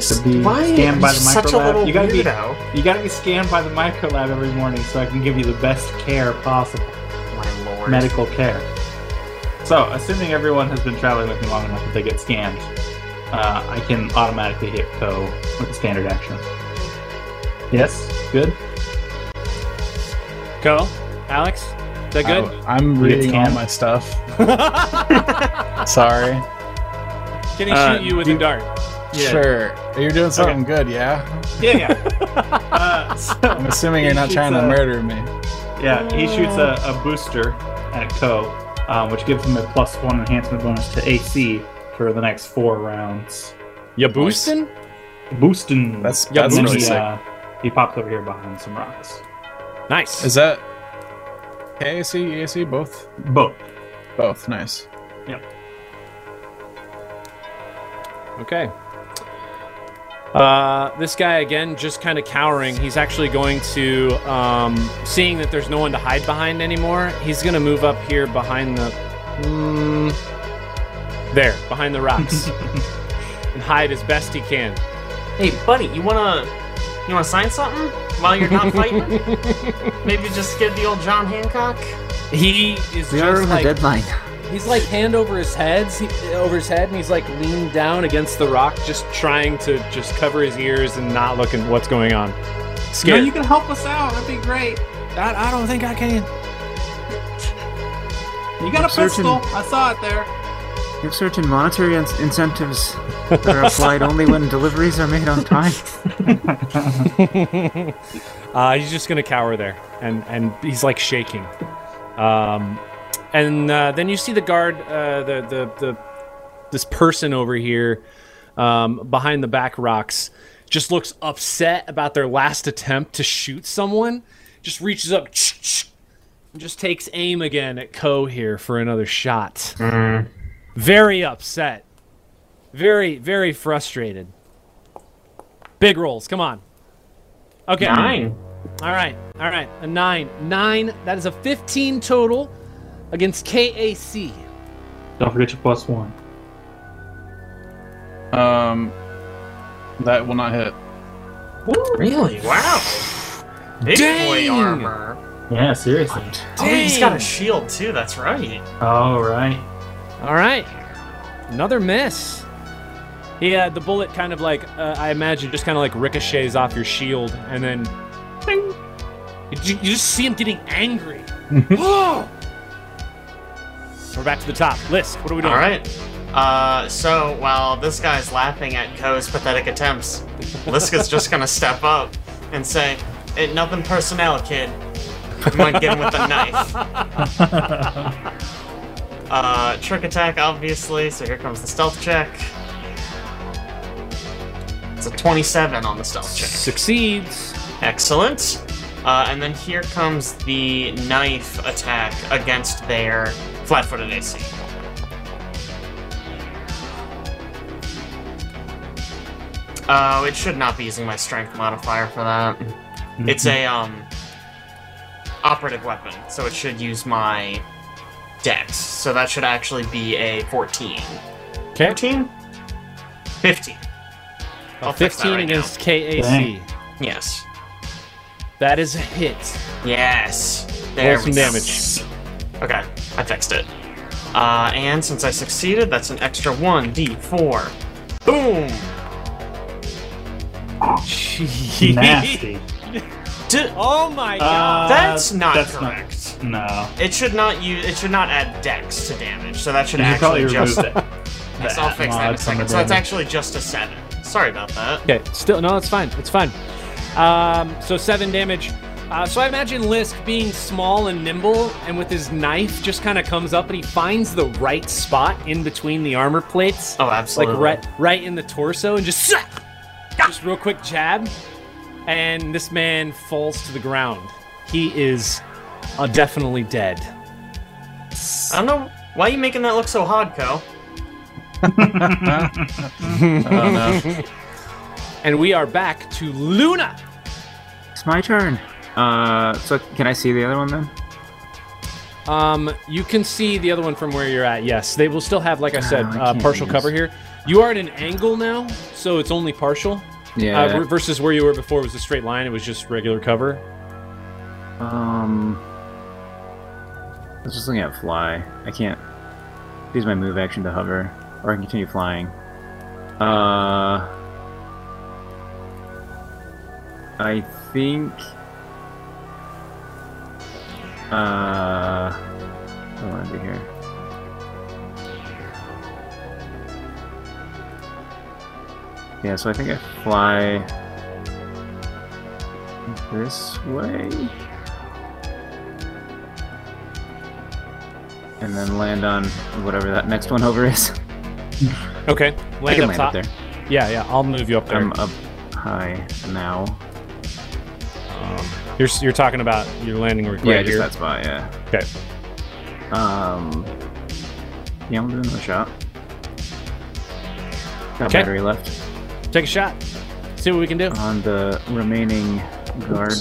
D: to be scanned by the
C: such a
D: microlab.
C: little
D: you gotta
C: weirdo?
D: be you gotta be scanned by the microlab every morning so I can give you the best care possible,
C: My lord.
D: medical care. So, assuming everyone has been traveling with me long enough that they get scanned, uh, I can automatically hit Ko with a standard action. Yes, good.
A: Go, Alex. Is that good?
G: I, am reading all
D: scanned?
G: my stuff. Sorry.
A: Can he
G: uh,
A: shoot you with a dart?
D: Yeah.
G: Sure. You're doing something good, yeah?
D: Yeah, yeah. uh, so,
G: I'm assuming you're not
D: He's,
G: trying to
D: uh,
G: murder me.
D: yeah, he shoots a, a booster at Ko, um, which gives him a plus one enhancement bonus to AC for the next four rounds.
A: You boosting?
D: Boostin.
G: That's
A: Yeah,
G: that's
D: And
G: really
D: he,
G: sick.
D: uh, he pops over here behind some rocks.
A: Nice.
G: Is that KAC, EAC, E both?
D: Both.
G: Both. Nice.
A: Okay. Uh, this guy again, just kind of cowering. He's actually going to, um, seeing that there's no one to hide behind anymore. He's gonna move up here behind the, mm, there, behind the rocks, and hide as best he can.
C: Hey, buddy, you wanna you wanna sign something while you're not fighting? Maybe just get the old John Hancock.
A: He is
B: We are
A: just
B: on
A: like
B: a deadline.
A: he's like hand over his heads, he, over his head, and he's like leaned down against the rock, just trying to just cover his ears and not looking what's going on.
D: No,
A: Scared.
D: you can help us out. That'd be great.
A: I, I don't think I can.
D: You got a
B: Searching.
D: pistol. I saw it there.
B: You have certain monetary in- incentives that are applied only when deliveries are made on time.
A: Uh, he's just gonna cower there, and and he's like shaking. Um, and uh, then you see the guard, uh, the the the this person over here um, behind the back rocks, just looks upset about their last attempt to shoot someone. Just reaches up, and just takes aim again at Ko here for another shot. Very upset, very very frustrated. Big rolls, come on. Okay.
C: Nine.
A: All right, all right, a nine, nine. That is a fifteen total against KAC.
D: Don't forget your plus one.
G: Um, that will not hit.
C: Really? Wow. Big
A: Dang!
C: boy armor.
D: Yeah, seriously.
C: Oh, he's got
A: Dang.
C: a shield too. That's right.
D: All right.
A: All right, another miss. Yeah, the bullet kind of like uh, I imagine just kind of like ricochets off your shield, and then Ding. You, you just see him getting angry.
C: Mm-hmm.
A: Whoa! We're back to the top. List. What are we doing?
C: All right. Uh, so while this guy's laughing at Ko's pathetic attempts, Liska's just gonna step up and say, "Ain't nothing personnel, kid." I might get him with a knife. uh, trick attack, obviously. So here comes the stealth check. It's a 27 on the stealth check.
A: Succeeds.
C: Excellent. Uh, and then here comes the knife attack against their flat-footed AC. Uh, it should not be using my strength modifier for that. It's a um operative weapon, so it should use my dex. So that should actually be a 14.
A: Okay.
C: 14? 15. I'll fix that
A: Fifteen
C: right now.
A: against KAC.
D: Dang.
C: Yes.
A: That is a hit.
C: Yes. There
A: Roll some
C: we go.
A: damage.
C: Okay, I fixed it. Uh, and since I succeeded, that's an extra 1d4. Boom!
D: Nasty.
C: D-
A: Oh my god.
D: Uh,
C: that's not
D: that's not-
C: correct.
D: No.
C: It should not use. It should not add dex to damage. So that should
D: You should probably
C: actually
D: remove
C: just.
D: that.
C: Yes, I'll fix
D: Nah,
C: that in a
D: that's under
C: second. So that's
D: damage.
C: actually just a seven. Sorry about that.
A: Okay, still no, it's fine. It's fine. Um, so seven damage. Uh, so I imagine Lisk being small and nimble, and with his knife, just kind of comes up and he finds the right spot in between the armor plates,
C: Oh,
A: like
C: absolutely.
A: right, right in the torso, and just just real quick jab, and this man falls to the ground. He is uh, definitely dead.
C: I don't know why are you making that look so hard, Co.
A: And we are back to Luna.
B: It's my turn. Uh, so can I see the other one then?
A: Um, you can see the other one from where you're at. Yes, they will still have, like I said,
B: Oh, I
A: uh,
B: can't
A: partial
B: use-
A: cover here. You are at an angle now, so it's only partial.
B: Yeah.
A: Uh, ver- versus where you were before was a straight line. It was just regular cover.
B: um. I was just looking at fly. I can't use my move action to hover, or I can continue flying. Uh. I think. Uh. What do I want to do here? Yeah, so I think I fly this way. And then land on whatever that next one over is.
A: Okay,
B: I
A: land
B: can
A: up
B: land
A: top.
B: up there.
A: Yeah, yeah. I'll move you up there.
B: I'm uh, up high now.
A: you're you're talking about your landing right
B: Yeah, just
A: here.
B: that spot. Yeah.
A: Okay.
B: Um. Yeah, I'm doing another shot. Got
A: Okay.
B: battery left
A: Take a shot. See what we can do.
B: on the remaining guard.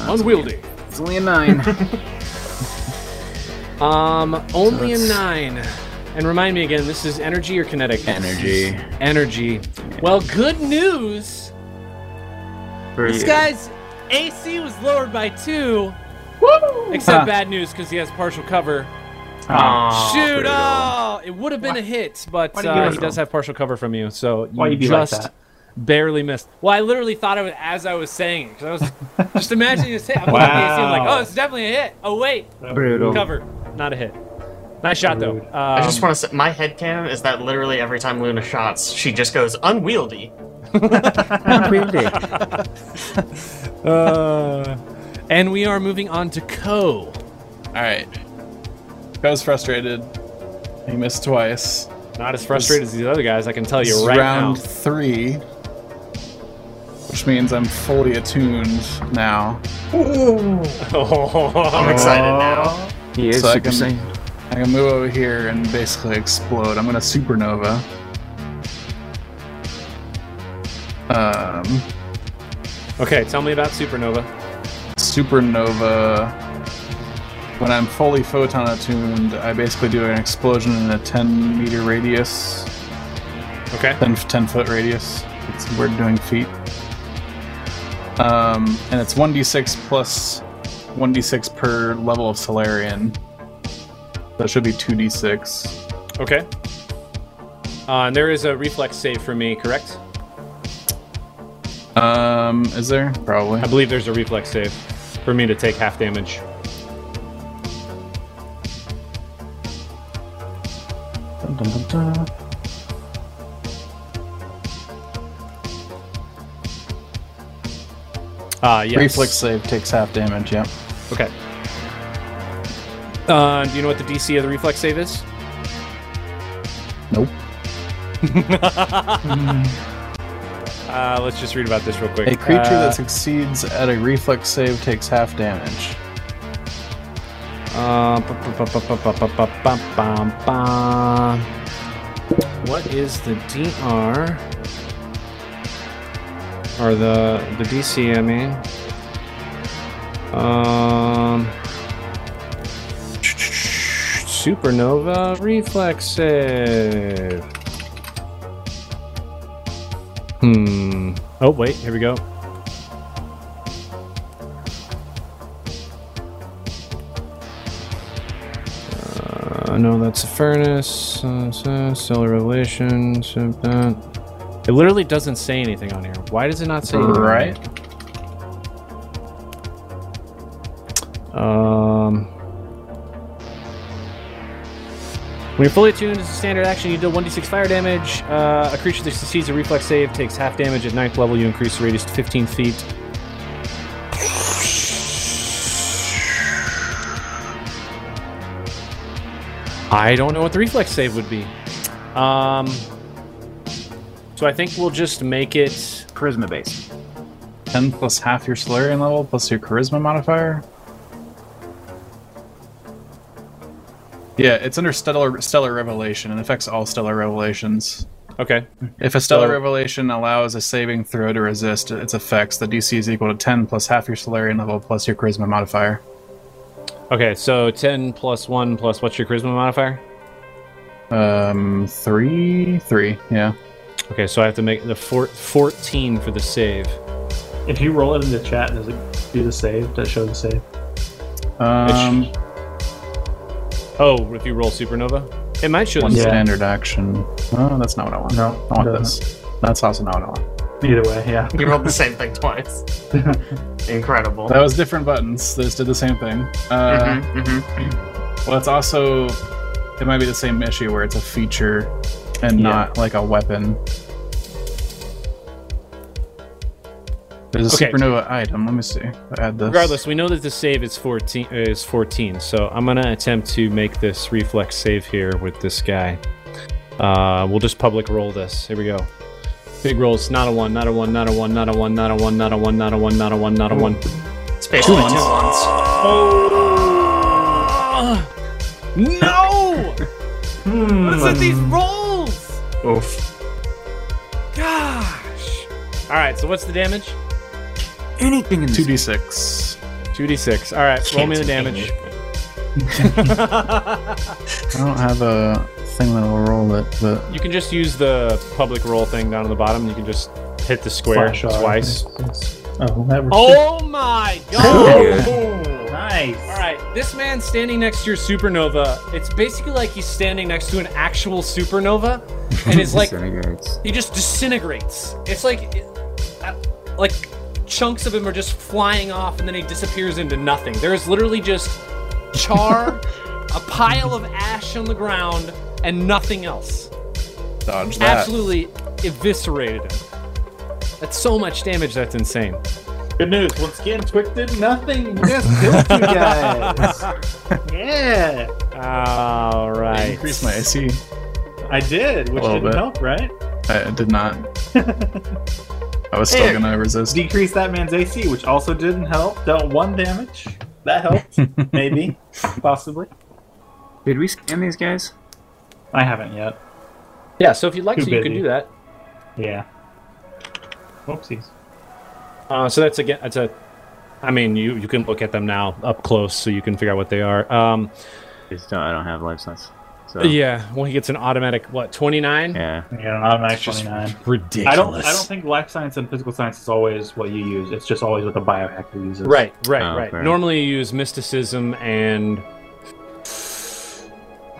B: Uh,
H: Unwieldy.
B: It's only a nine.
H: Um, only
B: So
H: a
B: it's-
H: nine. And remind me again, this is energy or kinetic?
B: Energy.
H: Energy. Well, good news.
B: For
H: This
B: you.
H: guy's AC was lowered by two. Woo! Except
D: Huh.
H: bad news because he has partial cover.
D: Oh,
C: Aw.
H: Shoot!
B: brutal.
H: Oh, it would have been a hit, but
D: do you
H: uh,
D: do
H: he
D: that?
H: does have partial cover from you, so you,
D: Why you be like
A: just
H: just
D: that?
H: barely missed. Well, I literally thought of it as I was saying it 'cause I was just imagining this hit. I'm looking at the AC, I'm like,
D: Wow.
H: oh, it's definitely a hit. Oh wait,
B: Brutal.
H: cover, not a hit. Nice shot though. Um,
C: I just want to say, my headcanon is that literally every time Luna shots, she just goes unwieldy.
B: Unwieldy.
A: Uh,
H: And we are moving on to Co.
G: All right. I was frustrated. He missed twice.
A: not as frustrated as these other guys, I can tell
G: This
A: you
G: is
A: right
G: round
A: now.
G: three, which means I'm fully attuned now.
C: I'm excited now.
D: Oh.
B: He is
G: So I
B: Super
G: can-
B: Saiyan.
G: I can move over here and basically explode. I'm gonna supernova. Um,
A: Okay, tell me about supernova.
G: supernova. When I'm fully photon attuned, I basically do an explosion in a 10 meter radius,
A: Okay.
G: 10, 10 foot radius. It's weird doing feet. Um, and it's 1d6 plus 1d6 per level of Solarian. That should be 2d6.
A: Okay. Uh, and there is a reflex save for me, correct?
G: Um, is there? Probably.
A: I believe there's a reflex save for me to take half damage.
G: Dun, dun, dun, dun.
A: Uh, yes.
G: Reflex save takes half damage, yeah.
A: Okay. Uh, do you know what the DC of the reflex save is?
G: Nope.
A: Uh, let's just read about this real quick.
G: A creature
A: Uh,
G: that succeeds at a reflex save takes half damage.
A: Uh, bu- bu- bu- bu- bu- bu- bu- bu- bum, bum, bum. What is the DR? Or the the DC, I mean. Um Supernova reflex save. Hmm. Oh wait, here we go. I know Uh, that's a furnace. Uh, so, solar revelation. So that. It literally doesn't say anything on here. Why does it not say anything?
G: Right?
A: Um, when you're fully attuned, it's a standard action. You deal 1d6 fire damage. Uh, a creature that succeeds a reflex save takes half damage at ninth level. You increase the radius to 15 feet. I don't know what the reflex save would be. Um, so I think we'll just make it.
B: Charisma base.
G: 10 plus half your Solarian level plus your Charisma modifier. Yeah, it's under Stellar, stellar Revelation and affects all Stellar Revelations.
A: Okay.
G: If a Stellar
A: So-
G: Revelation allows a saving throw to resist its effects, the DC is equal to 10 plus half your Solarian level plus your Charisma modifier.
A: Okay, so 10 plus 1 plus what's your charisma modifier?
G: Um, 3? 3, yeah.
A: Okay, so I have to make the four, 14 for the save.
D: If you roll it in the chat, does it do the save? Does it show the save?
G: Um,
A: Oh, if you roll supernova? It might show
G: one
A: the
D: Yeah.
G: standard action. Oh, that's not what I want.
D: No,
G: I want
D: it
G: this. That's also not what I want.
D: Either way, yeah.
C: You rolled the same thing twice. Incredible.
G: That was different buttons. Those did the same thing. Uh,
D: Mm-hmm,
C: Mhm, mhm.
G: Well, it's also it might be the same issue where it's a feature and
A: Yeah.
G: not like a weapon. There's a
A: Okay.
G: supernova item. Let me see. I add this.
A: Regardless, we know that the save is 14 is 14. So I'm going to attempt to make this reflex save here with this guy. Uh, we'll just public roll this. Here we go. Big rolls. Not a one. Not a one. Not a one. Not a one. Not a one. Not a one. Not a one. Not a one. Not a one.
C: It's basically two ones.
A: Oh! No! What is with these rolls?
D: Oof.
A: Gosh. All right. So what's the damage?
B: Anything in this
G: 2d6.
A: Two d six. All right. Roll me the damage.
G: I don't have a thing that will roll it, but
A: You can just use the public roll thing down on the bottom. You can just hit the square
D: Flash eye.
A: twice.
D: Oh, that was
A: Oh my god!
B: good.
D: nice.
A: All right, this man standing next to your supernova, it's basically like he's standing next to an actual supernova, and it's like
B: Disintegrates.
A: he just disintegrates. It's like, it- uh, like chunks of him are just flying off, and then he disappears into nothing. There is literally just char, a pile of ash on the ground, and nothing else.
G: dodge that.
A: Absolutely eviscerated him. That's so much damage. That's insane.
D: Good news. Once again, Twick did nothing. We just killed you guys. yeah.
A: All
G: I
A: right.
G: increased my AC.
D: I did, which
G: A little
D: didn't
G: bit.
D: help, right?
G: I I did not. I was still
D: There.
G: gonna resist.
D: Decrease that man's AC, which also didn't help. Dealt one damage. That helped, maybe, possibly.
B: Did we scan these guys?
D: I haven't yet.
A: Yeah. So if you'd like
D: Too
A: to, you can
D: busy.
A: do that.
D: Yeah. Whoopsies.
A: Uh, so that's again. That's a. I mean, you you can look at them now up close, so you can figure out what they are. Um,
B: Just don't- I don't have life sense. So
A: Yeah. Well, he gets an automatic what twenty nine.
B: yeah.
D: Yeah, an automatic 29.
A: Ridiculous.
D: I don't. I don't think life science and physical science is always what you use. It's just always what the biohacker uses.
A: Right. Right.
B: Oh,
A: right.
B: fair.
A: Normally, you use mysticism and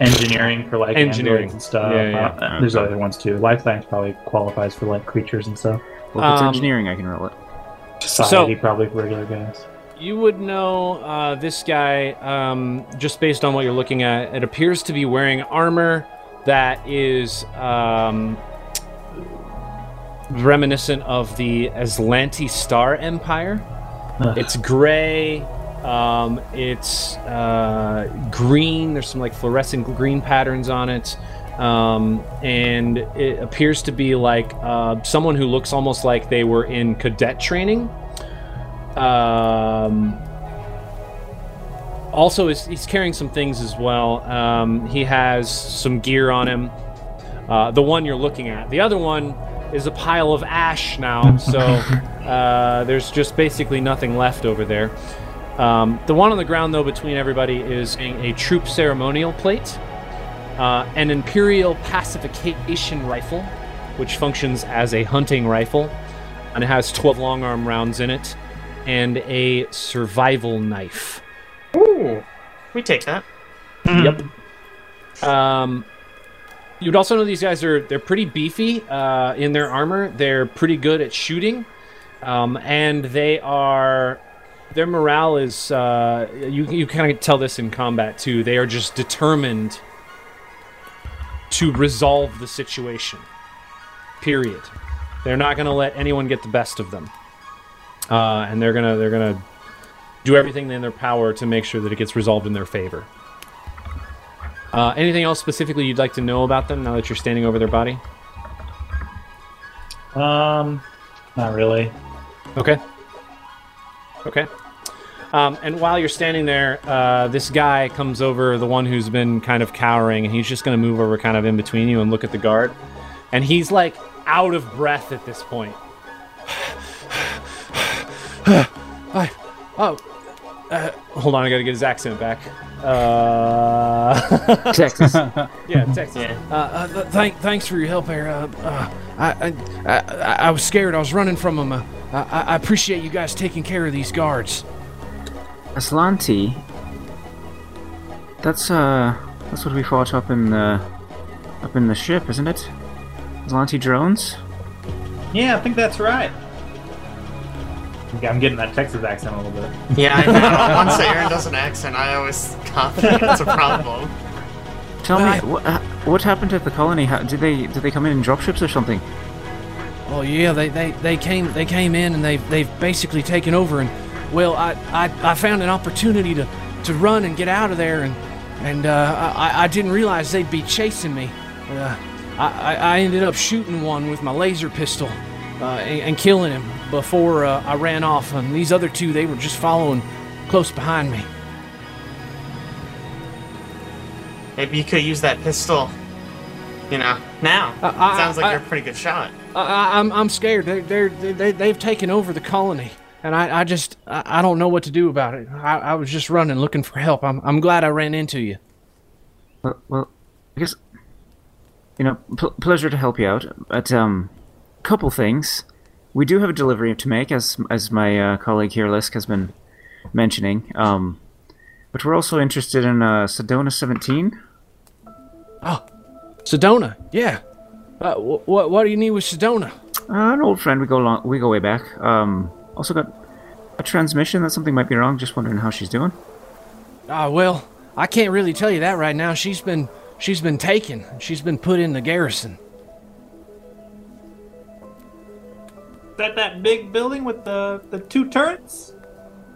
D: Engineering for like
A: Engineering.
D: engineering and stuff.
A: Yeah, yeah.
D: Uh, there's other ones too. Life science probably qualifies for like creatures and stuff.
B: Well, if it's
A: Um,
B: engineering, I can roll it.
D: Society probably for regular guys.
A: you would know uh, this guy um, just based on what you're looking at. It appears to be wearing armor that is um, reminiscent of the Aslanti Star Empire.
D: Ugh.
A: It's gray. Um, it's uh, green. There's some like fluorescent green patterns on it. Um, and it appears to be like uh, someone who looks almost like they were in cadet training. Um, also, is, he's carrying some things as well. Um, he has some gear on him. Uh, the one you're looking at. The other one is a pile of ash now, so uh, there's just basically nothing left over there. Um, the one on the ground, though, between everybody is a, a troop ceremonial plate, uh, an imperial pacification rifle, which functions as a hunting rifle, and it has 12 long arm rounds in it, and a survival knife.
C: We take that.
A: Um, you'd also know these guys are they're pretty beefy uh, in their armor. They're pretty good at shooting, um, and they are their morale is uh, you you kind of tell this in combat too. They are just determined to resolve the situation. Period. They're not going to let anyone get the best of them, uh, and they're gonna they're gonna do everything in their power to make sure that it gets resolved in their favor. Uh, anything else specifically you'd like to know about them now that you're standing over their body?
D: Um, not really.
A: Okay. Okay. Um, and while you're standing there, uh, this guy comes over, the one who's been kind of cowering, and he's just going to move over kind of in between you and look at the guard. And he's like out of breath at this point. I, oh, uh, hold on, I got to get his accent back. Uh,
B: Texas.
A: yeah, Texas.
C: Yeah.
A: Uh, uh, th- thank, thanks for your help here. Uh, uh, I, I, I, I was scared. I was running from them. Uh, I, I appreciate you guys taking care of these guards.
B: Aslanti. That's uh, that's what we fought up in the up in the ship, isn't it? Aslanti drones.
D: Yeah, I think that's right. Yeah, I'm getting that Texas accent a little bit.
C: Yeah, I know. Once Aaron does an accent, I always copy. it. It's a problem.
B: Tell
A: Well, I-
B: me, what, uh, what happened at the colony? How, did they did they come in in dropships or something?
A: Well, yeah, they, they, they came they came in and they've they've basically taken over. And well, I, I, I found an opportunity to, to run and get out of there, and and uh, I, I didn't realize they'd be chasing me. Uh, I, I, I ended up shooting one with my laser pistol uh, and, and killing him before uh, I ran off. And these other two, they were just following close behind me.
C: Maybe you could use that pistol. You know, now.
A: Uh, I-
C: Sounds like
A: I-
C: you're a pretty good shot.
A: I, I, I'm, I'm scared. They're, they're, they, they've taken over the colony. And I, I just, I, I don't know what to do about it. I, I was just running looking for help. I'm, I'm glad I ran into you.
B: Well, well I guess you know, pl- pleasure to help you out. But um, couple things. We do have a delivery to make, as as my uh, colleague here, Lisk, has been mentioning. Um, but we're also interested in uh, Sedona 17.
A: Sedona, yeah. Uh, wh- wh- what do you need with Sedona?
B: Uh, an old friend. We go long. We go way back. Um, also got a transmission that something might be wrong. Just wondering how she's doing.
A: Ah, well, I can't really tell you that right now. She's been, she's been taken. She's been put in the garrison.
D: that that big building with the the two turrets?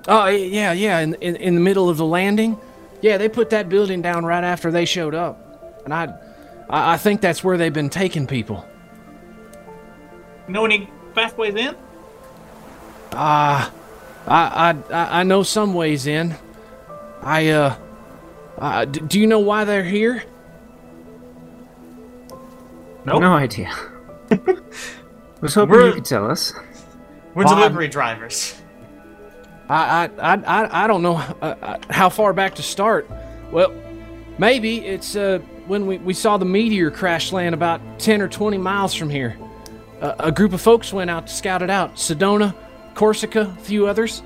A: Oh, y- yeah, yeah, in, in, in the middle of the landing. Yeah, they put that building down right after they showed up. And I, I, I think that's where they've been taking people.
D: You know any fast ways in?
A: Ah, I, I, I, I know some ways in. I, uh, uh, d- do you know why they're here?
D: Nope.
B: No idea. was hoping
C: We're-
B: you could tell us.
C: We're
A: Well, I'm-
C: delivery drivers.
A: I, I, I, I, I don't know uh, uh, how far back to start. Well, maybe it's uh, when we, we saw the meteor crash land about 10 or 20 miles from here. Uh, a group of folks went out to scout it out Sedona, Corsica, a few others.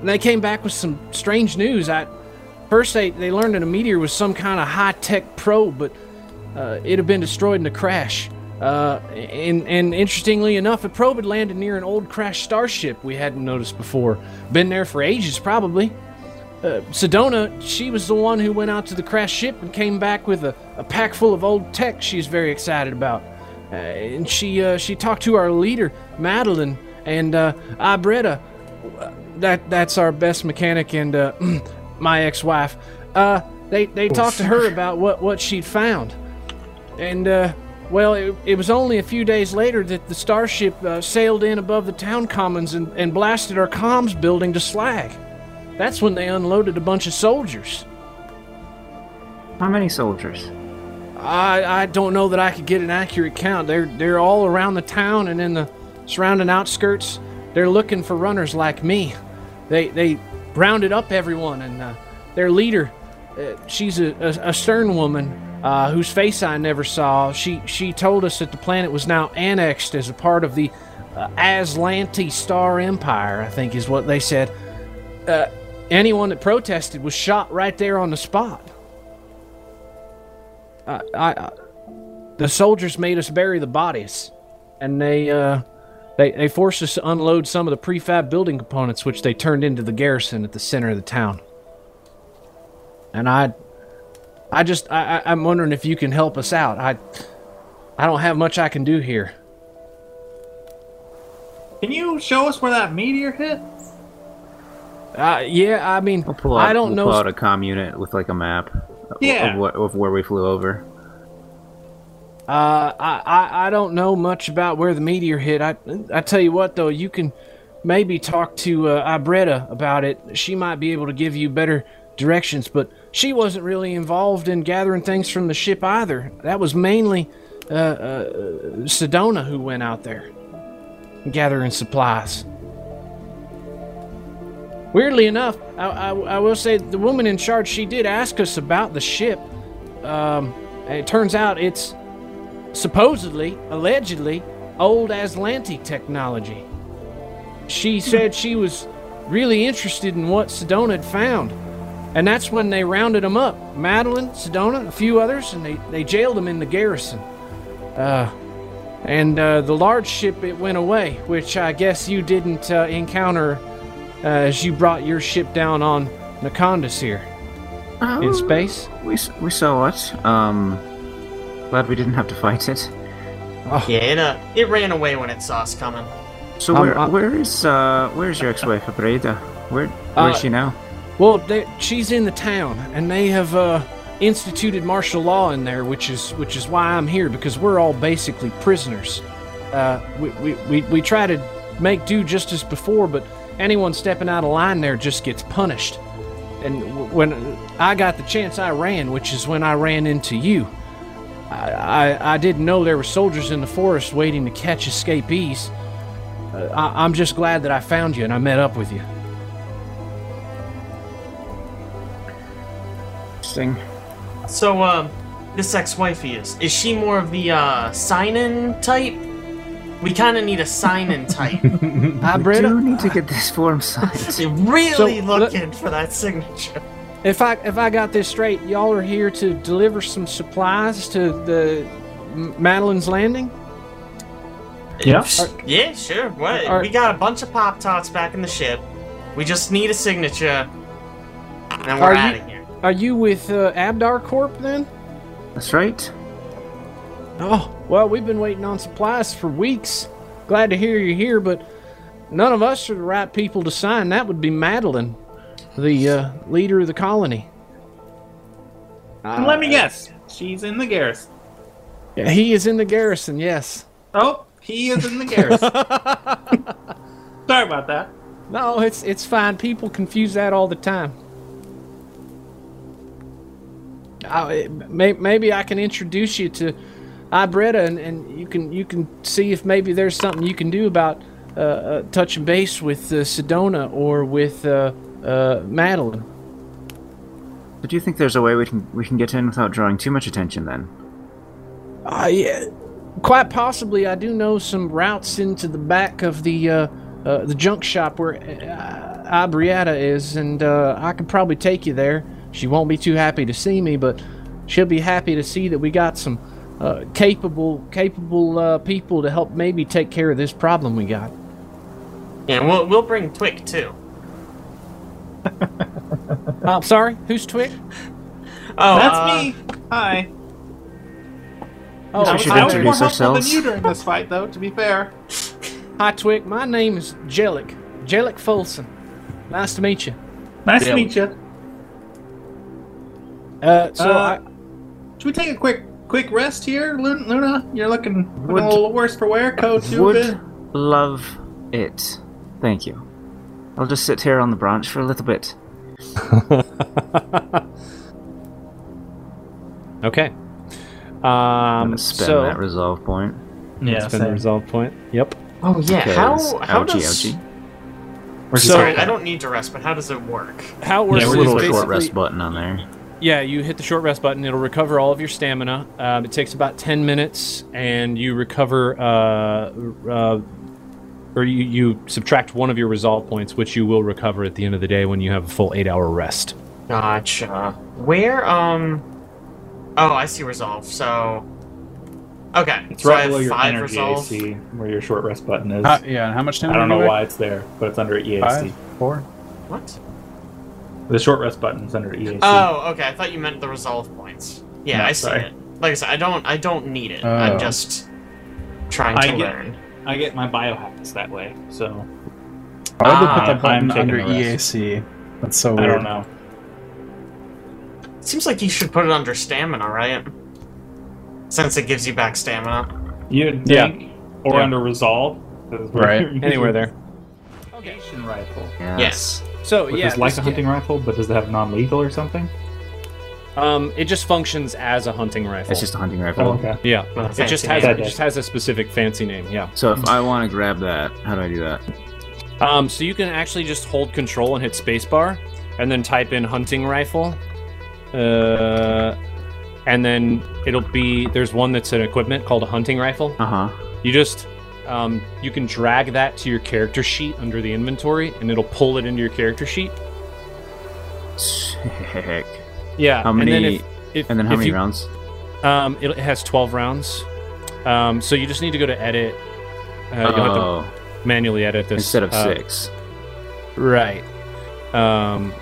A: And they came back with some strange news. I, first, they, they learned that a meteor was some kind of high tech probe, but uh, it had been destroyed in the crash. Uh, and, and interestingly enough, the probe had landed near an old crashed starship we hadn't noticed before. Been there for ages, probably. Uh, Sedona, she was the one who went out to the crashed ship and came back with a, a pack full of old tech she's very excited about. Uh, and she uh, she talked to our leader, Madeline, and uh, Ibretta. That that's our best mechanic and uh, my ex-wife. Uh, they they talked to her about what what she'd found. And, uh, well, it, it was only a few days later that the starship uh, sailed in above the town commons and, and blasted our comms building to slag. That's when they unloaded a bunch of soldiers.
B: How many soldiers?
A: I, I don't know that I could get an accurate count. They're, they're all around the town and in the surrounding outskirts. They're looking for runners like me. They, they rounded up everyone, and uh, their leader, uh, she's a, a, a stern woman uh, whose face I never saw. She, she told us that the planet was now annexed as a part of the uh, Aslanti Star Empire, I think is what they said. Uh, anyone that protested was shot right there on the spot. I, I, the soldiers made us bury the bodies, and they, uh, they they forced us to unload some of the prefab building components, which they turned into the garrison at the center of the town. And I, I just I, I- I'm wondering if you can help us out. I, I don't have much I can do here.
D: Can you show us where that meteor hit?
A: Uh, yeah, I mean,
B: We'll pull out,
A: I don't
B: we'll
A: know.
B: Pull out a comm unit with like a map. of-
D: Yeah.
B: Of, what, of where we flew over.
A: Uh, I, I, I don't know much about where the meteor hit. I I tell you what though, you can maybe talk to uh, Ibretta about it. She might be able to give you better directions. But she wasn't really involved in gathering things from the ship either. That was mainly uh, uh, Sedona who went out there gathering supplies. Weirdly enough, I, I, I will say the woman in charge she did ask us about the ship. Um, and it turns out it's supposedly, allegedly, old Aslanti technology. She said she was really interested in what Sedona had found. And that's when they rounded them up. Madeline, Sedona, a few others, and they, they jailed them in the garrison. Uh, and uh, the large ship, it went away, which I guess you didn't uh, encounter uh, as you brought your ship down on Nacondas here in space.
B: Oh. We, s- we saw it. Um, glad we didn't have to fight it.
A: Oh.
C: Yeah, it, uh, it ran away when it saw us coming.
B: So
A: Um,
B: where,
A: uh,
B: where is uh, where is your ex-wife Breda? Where where is
A: Uh,
B: she now?
A: Well, they, she's in the town, and they have uh, instituted martial law in there, which is which is why I'm here because we're all basically prisoners. Uh, we, we, we, we try to make do just as before, but anyone stepping out of line there just gets punished. And w- when I got the chance, I ran, which is when I ran into you. I, I, I didn't know there were soldiers in the forest waiting to catch escapees. Uh, I, I'm just glad that I found you and I met up with you.
B: Interesting.
C: So, um, this ex-wife he is, is she more of the, uh, sign-in type? We kind of need a sign-in type.
A: Hi,
B: We
A: Britta.
B: do need to get this form signed.
C: They're really
A: So, let-
C: looking for that signature.
A: If I if I got this straight, y'all are here to deliver some supplies to the M- Madeline's Landing.
D: Yeah.
C: Yeah, sure. What?
A: Are-
C: we got a bunch of Pop Tarts back in the ship. We just need a signature, and
A: Are
C: we're
A: you-
C: out of here.
A: Are you with uh, Abdar Corp then?
B: That's right.
A: Oh, well, we've been waiting on supplies for weeks. Glad to hear you're here, but none of us are the right people to sign. That would be Madeline, the uh, leader of the colony.
D: And let me guess. She's in the garrison.
A: He is in the garrison, yes.
D: Oh, he is in the garrison. Sorry about that.
A: No, it's it's fine. People confuse that all the time. I, may, maybe I can introduce you to Ibretta, and, and you can you can see if maybe there's something you can do about uh, uh, touching base with uh, Sedona or with uh, uh, Madeline.
B: But do you think there's a way we can we can get in without drawing too much attention? Then
A: Uh, yeah, quite possibly. I do know some routes into the back of the uh, uh, the junk shop where uh, Abriata is, and uh, I could probably take you there. She won't be too happy to see me, but she'll be happy to see that we got some uh, capable capable uh, people to help maybe take care of this problem we got.
C: Yeah, we'll we'll bring Twick too.
A: Uh, I'm sorry, who's Twig?
C: Oh,
D: That's
C: uh,
D: me. Hi.
A: Oh,
D: I
B: we
D: was,
B: should
D: I was
A: hi,
D: more
B: introduce
D: helpful
B: ourselves.
D: than you during this fight, though. To be fair.
A: hi Twig. My name is Jellic Jellic Folsom. Nice to meet you.
D: Nice to meet you.
A: Uh, so
D: Uh,
A: I,
D: Should we take a quick quick rest here, Lu- Luna? You're looking, looking
B: Would-
D: a little worse for wear, Code
B: would
D: Stupid.
B: love it. Thank you. I'll just sit here on the branch for a little bit.
I: Okay.
B: I'm
I: Um,
B: gonna spend
I: so
B: that resolve point.
D: Yeah,
I: spend the resolve point. Yep.
C: oh yeah.
B: because
C: How how
B: ouchie,
C: does?
B: ouchie.
A: So-
C: Sorry, I don't need to rest, but how does it work?
I: How it works
D: Yeah, we're
I: is
D: just
B: little
I: basically,
B: short rest button on there.
I: yeah, you hit the short rest button. It'll recover all of your stamina. Um, it takes about ten minutes, and you recover, uh, uh, or you, you subtract one of your resolve points, which you will recover at the end of the day when you have a full eight-hour rest.
C: Gotcha. Where um? Oh, I see resolve. So, okay.
D: It's
C: so I
D: right
C: have
D: below your
C: five
D: energy
C: resolve.
D: AC, where your short rest button is.
G: Uh, yeah, and how much time?
D: I don't know
G: anyway?
D: why it's there, but it's under EAC.
G: Five, four.
C: What?
D: The short rest button is under E EAC.
C: Oh, okay. I thought you meant the resolve points. Yeah,
D: No,
C: I see
D: sorry.
C: it. Like I said, I don't. I don't need it. I'm
G: Oh.
C: just trying
D: I
C: to
D: get-
C: learn.
D: I get my biohacks that way, so
G: Why would they
C: Ah,
G: put that
D: I'm
G: button
D: taking
G: under
D: the rest.
G: EAC? That's so
D: I
G: weird.
D: don't know.
C: Seems like you should put it under stamina, right? Since it gives you back stamina.
D: You'd
I: Yeah.
D: think, or
I: Yeah.
D: under resolve, 'cause we're
G: Right.
D: using
I: Anywhere there.
D: Hunting rifle,
C: Yes.
I: So
D: which
I: yeah,
D: is like
I: this-
D: a hunting rifle, but does it have non-lethal or something?
I: Um, it just functions as a hunting rifle.
B: It's just a hunting rifle.
D: Oh, okay.
I: yeah.
C: Well,
I: It just
C: fancy
I: has
C: name.
I: it just has a specific fancy name. Yeah.
B: So if I want to grab that, how do I do that?
I: Um, so you can actually just hold control and hit spacebar, and then type in hunting rifle. Uh, and then it'll be there's one that's an equipment called a hunting rifle.
B: Uh huh.
I: You just um, you can drag that to your character sheet under the inventory, and it'll pull it into your character sheet.
B: Sick.
I: Yeah.
B: How
I: And then
B: many-
I: if, if,
B: And then how
I: if
B: many
I: you,
B: rounds?
I: Um, it, it has twelve rounds. Um, so you just need to go to edit. Uh, you'll have
B: oh,
I: to manually edit this
B: instead of
I: uh,
B: six.
I: Right. Um,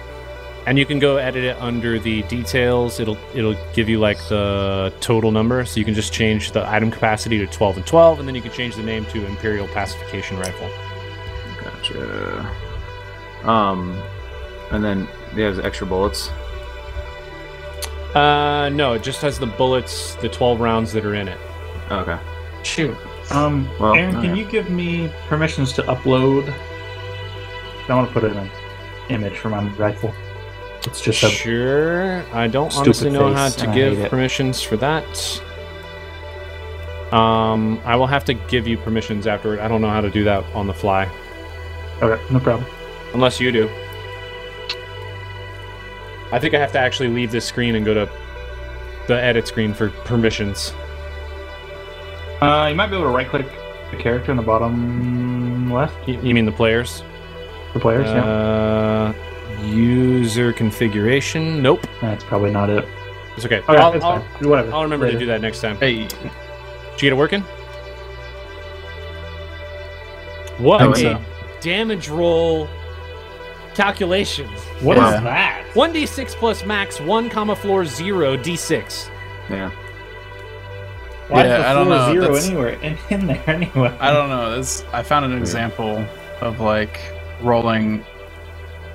I: and you can go edit it under the details. It'll it'll give you like the total number, so you can just change the item capacity to twelve and twelve, and then you can change the name to Imperial Pacification Rifle.
B: Gotcha. Um, and then there's extra bullets.
A: Uh, no, it just has the bullets, the 12 rounds that are in it.
B: Okay.
C: Shoot.
D: Um,
B: Well,
D: Aaron,
B: oh,
D: can
B: yeah.
D: you give me permissions to upload? I want to put in an image for my rifle. It's just a
A: Sure. I don't
D: Stupid
A: honestly know how
D: face,
A: to
D: and I hate
A: give
D: it.
A: permissions for that. Um, I will have to give you permissions afterward. I don't know how to do that on the fly,
D: okay, no problem.
A: unless you do. I think I have to actually leave this screen and go to the edit screen for permissions.
D: Uh, you might be able to right-click the character in the bottom left,
A: You, you mean the players?
D: the players.
A: Uh,
D: yeah,
A: user configuration. Nope.
D: that's probably not it.
A: It's okay.
D: Okay,
A: I'll,
D: Oh, it's
A: I'll,
D: fine. Whatever.
A: I'll remember to
D: Later.
A: do that next time.
G: Hey,
A: Did you get it working? What
G: Think
A: a
G: so.
A: damage roll calculation.
D: What is
G: Yeah.
D: that?
A: 1d6 plus max, 1 comma floor, 0 d6.
B: Yeah.
D: Why
G: Yeah,
D: is the
G: I don't
D: floor
G: know.
D: Zero
G: That's-
D: anywhere in, in there anyway.
G: I don't know. This I found an example of like rolling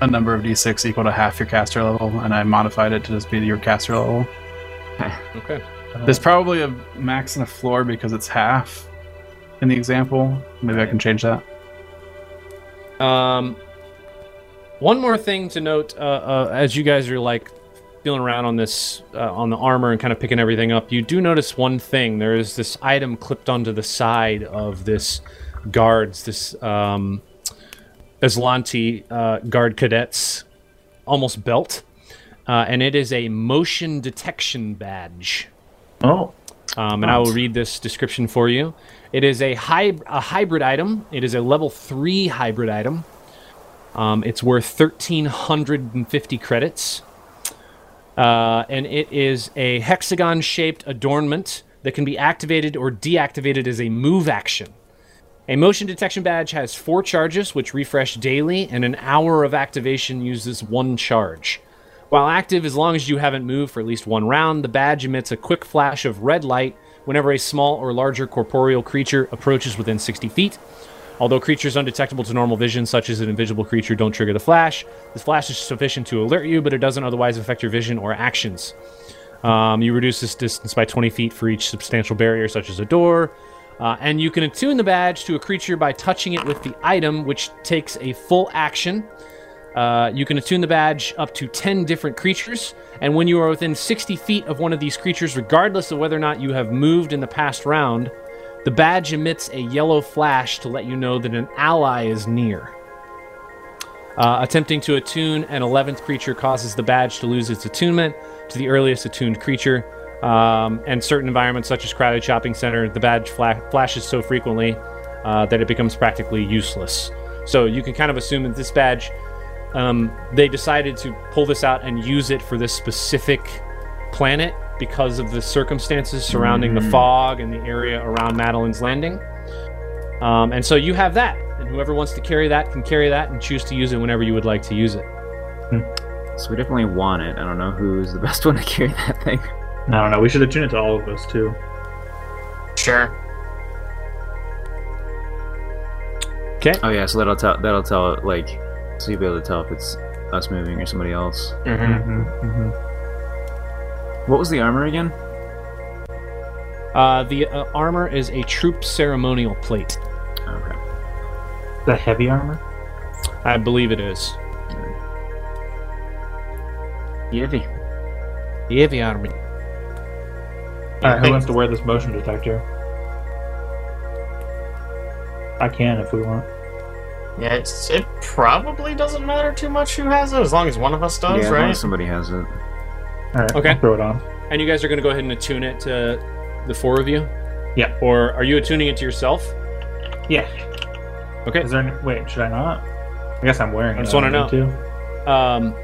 G: a number of d6 equal to half your caster level, and I modified it to just be your caster level.
A: Okay.
G: There's probably a max and a floor because it's half in the example. Maybe I can change that.
A: Um, one more thing to note, uh, uh, as you guys are like feeling around on this uh, on the armor and kind of picking everything up, you do notice one thing. There is this item clipped onto the side of this guards, this um, Aslanti uh, guard cadets, almost belt, uh, and it is a motion detection badge
D: Oh,
A: um, and I will read this description for you. It is a, hyb- a hybrid item. It is a level three hybrid item. Um, it's worth thirteen hundred and fifty credits, uh, and it is a hexagon-shaped adornment that can be activated or deactivated as a move action. A motion detection badge has four charges, which refresh daily, and an hour of activation uses one charge. While active, as long as you haven't moved for at least one round, the badge emits a quick flash of red light whenever a small or larger corporeal creature approaches within 60 feet. Although creatures undetectable to normal vision, such as an invisible creature, don't trigger the flash, the flash is sufficient to alert you, but it doesn't otherwise affect your vision or actions. Um, you reduce this distance by 20 feet for each substantial barrier, such as a door. Uh, and you can attune the badge to a creature by touching it with the item, which takes a full action. Uh, you can attune the badge up to 10 different creatures, and when you are within 60 feet of one of these creatures, regardless of whether or not you have moved in the past round, the badge emits a yellow flash to let you know that an ally is near. Uh, attempting to attune an 11th creature causes the badge to lose its attunement to the earliest attuned creature. Um, and certain environments, such as crowded shopping center, the badge fla- flashes so frequently uh, that it becomes practically useless. So you can kind of assume that this badge um, they decided to pull this out and use it for this specific planet because of the circumstances surrounding the fog and the area around Madeline's Landing. Um, and so you have that, and whoever wants to carry that can carry that and choose to use it whenever you would like to use it.
B: So we definitely want it. I don't know who's the best one to carry that thing.
D: I don't know. We should attune it to all of us too.
C: Sure.
B: Oh yeah, so that'll tell that'll tell it like so you'll be able to tell if it's us moving or somebody else.
C: Mm-hmm.
B: What was the armor again?
A: Uh, the uh, armor is a troop ceremonial plate.
B: Okay.
D: The heavy armor.
A: I believe it is.
B: Yivy.
A: The heavy armor.
D: All right, who
C: Thank-
D: wants to wear this motion detector? I can if we want.
C: Yeah, it's, it probably doesn't matter too much who has it, as long as one of us
B: yeah,
C: does,
B: as long
C: right?
B: as somebody has it.
D: All right,
A: Okay.
D: I'll throw it on.
A: And you guys are going to go ahead and attune it to the four of you?
D: Yeah.
A: Or are you attuning it to yourself?
D: Yeah.
A: Okay.
D: Is there? Any, wait, should I not? I guess I'm wearing.
A: I
D: it.
A: just wanna know.
D: Too.
A: Um,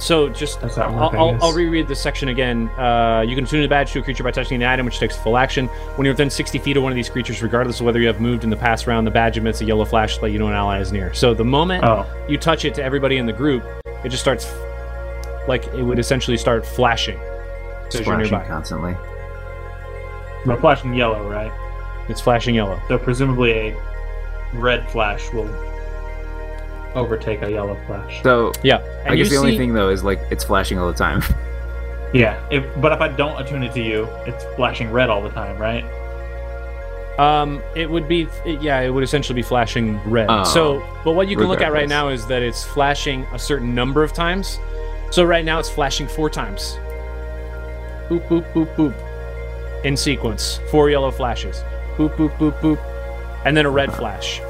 A: so just
D: That's not
A: I'll,
D: worth it, I
A: I'll,
D: guess.
A: I'll reread this section again. Uh, you can tune the badge to a creature by touching the item, which takes full action. When you're within 60 feet of one of these creatures, regardless of whether you have moved in the past round, the badge emits a yellow flash to let you know an ally is near. So the moment
D: Oh,
A: you touch it to everybody in the group, it just starts like it would essentially start flashing. So you're
B: Splashing
A: nearby.
B: constantly.
D: but flashing yellow, right?
A: It's flashing yellow.
D: So presumably a red flash will overtake a yellow flash.
B: So
A: Yeah.
B: I
H: And
B: guess
H: you
B: the only
H: see-
B: thing though is like it's flashing all the time.
D: Yeah, if, but if I don't attune it to you, it's flashing red all the time, right?
A: Um, it would be, it- yeah, it would essentially be flashing red.
B: Oh.
A: so, but what you can look at right
B: Regardless.
A: now is that it's flashing a certain number of times. So right now it's flashing four times. Boop boop boop boop, in sequence. Four yellow flashes. Boop boop boop boop, and then a red flash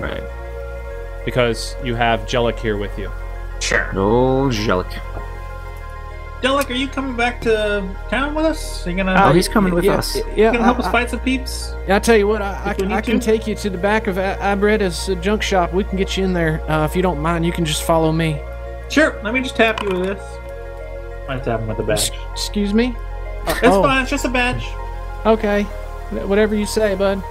B: right.
A: because you have Jellic here with you.
C: Sure.
B: Old Jellic.
D: Delic, are you coming back to town with us? Are you gonna,
B: Oh,
H: Uh,
B: he's coming with
H: yeah,
B: us.
H: Yeah,
D: you gonna help
H: I,
D: us fight some peeps?
H: I, I tell you what, I,
D: If we
H: I, I
D: need
H: can
D: to.
H: take you to the back of A- Ibretta's uh, junk shop. We can get you in there uh, if you don't mind. You can just follow me.
D: Sure, let me just tap you with this. I tap him with a
H: S-
D: badge.
H: Excuse me.
D: It's
H: oh.
D: fine, it's just a badge.
H: Okay, Wh- whatever you say, bud.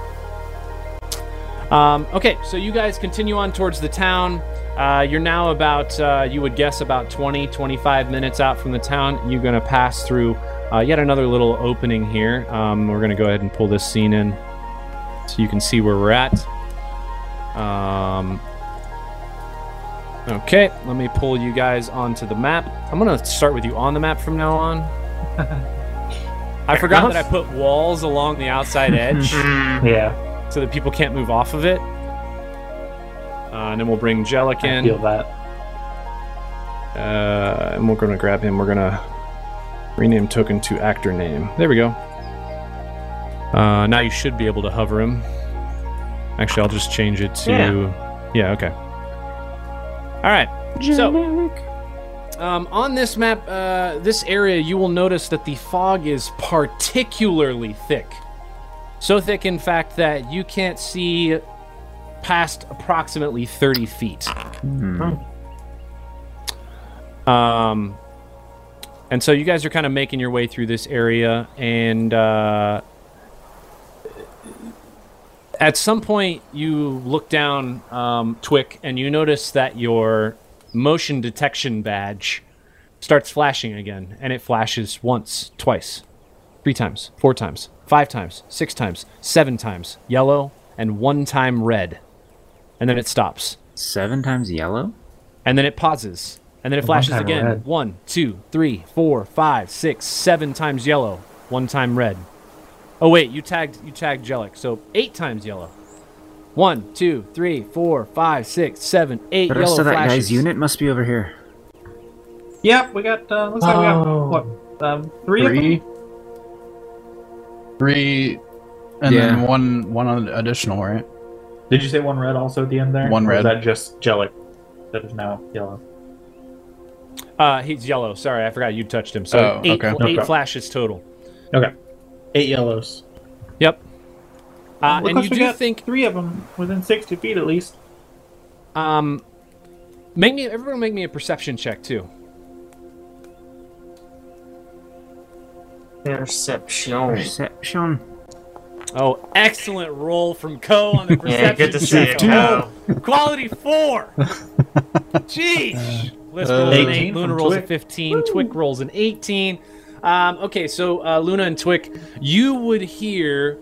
A: Um, okay, so you guys continue on towards the town. Uh, you're now about, uh, you would guess, about 20, 25 minutes out from the town. You're going to pass through uh, yet another little opening here. Um, we're going to go ahead and pull this scene in so you can see where we're at. Um, okay, let me pull you guys onto the map. I'm going to start with you on the map from now on. I forgot that I put walls along the outside edge
D: Mm-hmm.
C: Mm,
D: Yeah,
A: so that people can't move off of it. Uh, and then we'll bring Jellic
D: I
A: in,
D: feel that.
A: uh, and we're gonna grab him. We're gonna rename token to actor name. There we go. Uh, now you should be able to hover him. Actually, I'll just change it to yeah. okay. All right. So, um, on this map, uh, this area, you will notice that the fog is particularly thick. So thick, in fact, that you can't see past approximately 30 feet. Um, and so you guys are kind of making your way through this area, and uh, at some point you look down, um, Twick, and you notice that your motion detection badge starts flashing again, and it flashes once, twice, three times, four times, five times, six times, seven times, yellow, and one time red, and then it stops
B: Seven times yellow?
A: and then it pauses and then it flashes
D: time
A: again
D: red.
A: one two three four five six seven times yellow one time red oh wait you tagged you tagged jellic so eight times yellow one two three four five six seven eight
B: The
A: yellow
B: rest of that
A: flashes
B: guy's unit must be over here.
D: Yep, we got, uh, looks like
G: Oh.
D: we got, what, um, three, of them?
G: Three. Three. And then
B: Yeah.
G: one one additional, right?
D: Did you say one red also at the end there?
G: One
D: Or Is
G: red.
D: that just Jellic that is now yellow?
A: uh he's yellow sorry i forgot you touched him so
G: Oh,
A: eight
G: okay.
A: eight
D: No problem.
A: flashes total
D: Okay. Eight yellows.
A: yep uh,
D: Look
A: and
D: us,
A: you
D: we
A: do
D: got
A: think
D: three of them within 60 feet at least.
A: um make me everyone make me a perception check too
C: Perception.
B: Perception.
A: oh excellent roll from co on the perception
C: Yeah, good to see
A: check.
C: you.
A: Come on.
C: Cal.
A: Quality four. Jeez. List
G: Uh,
A: rolls an
D: 18
A: eight.
D: from
A: Luna rolls a
D: Twick.
A: fifteen. Twick rolls an eighteen. Um, okay, so uh, Luna and Twick, you would hear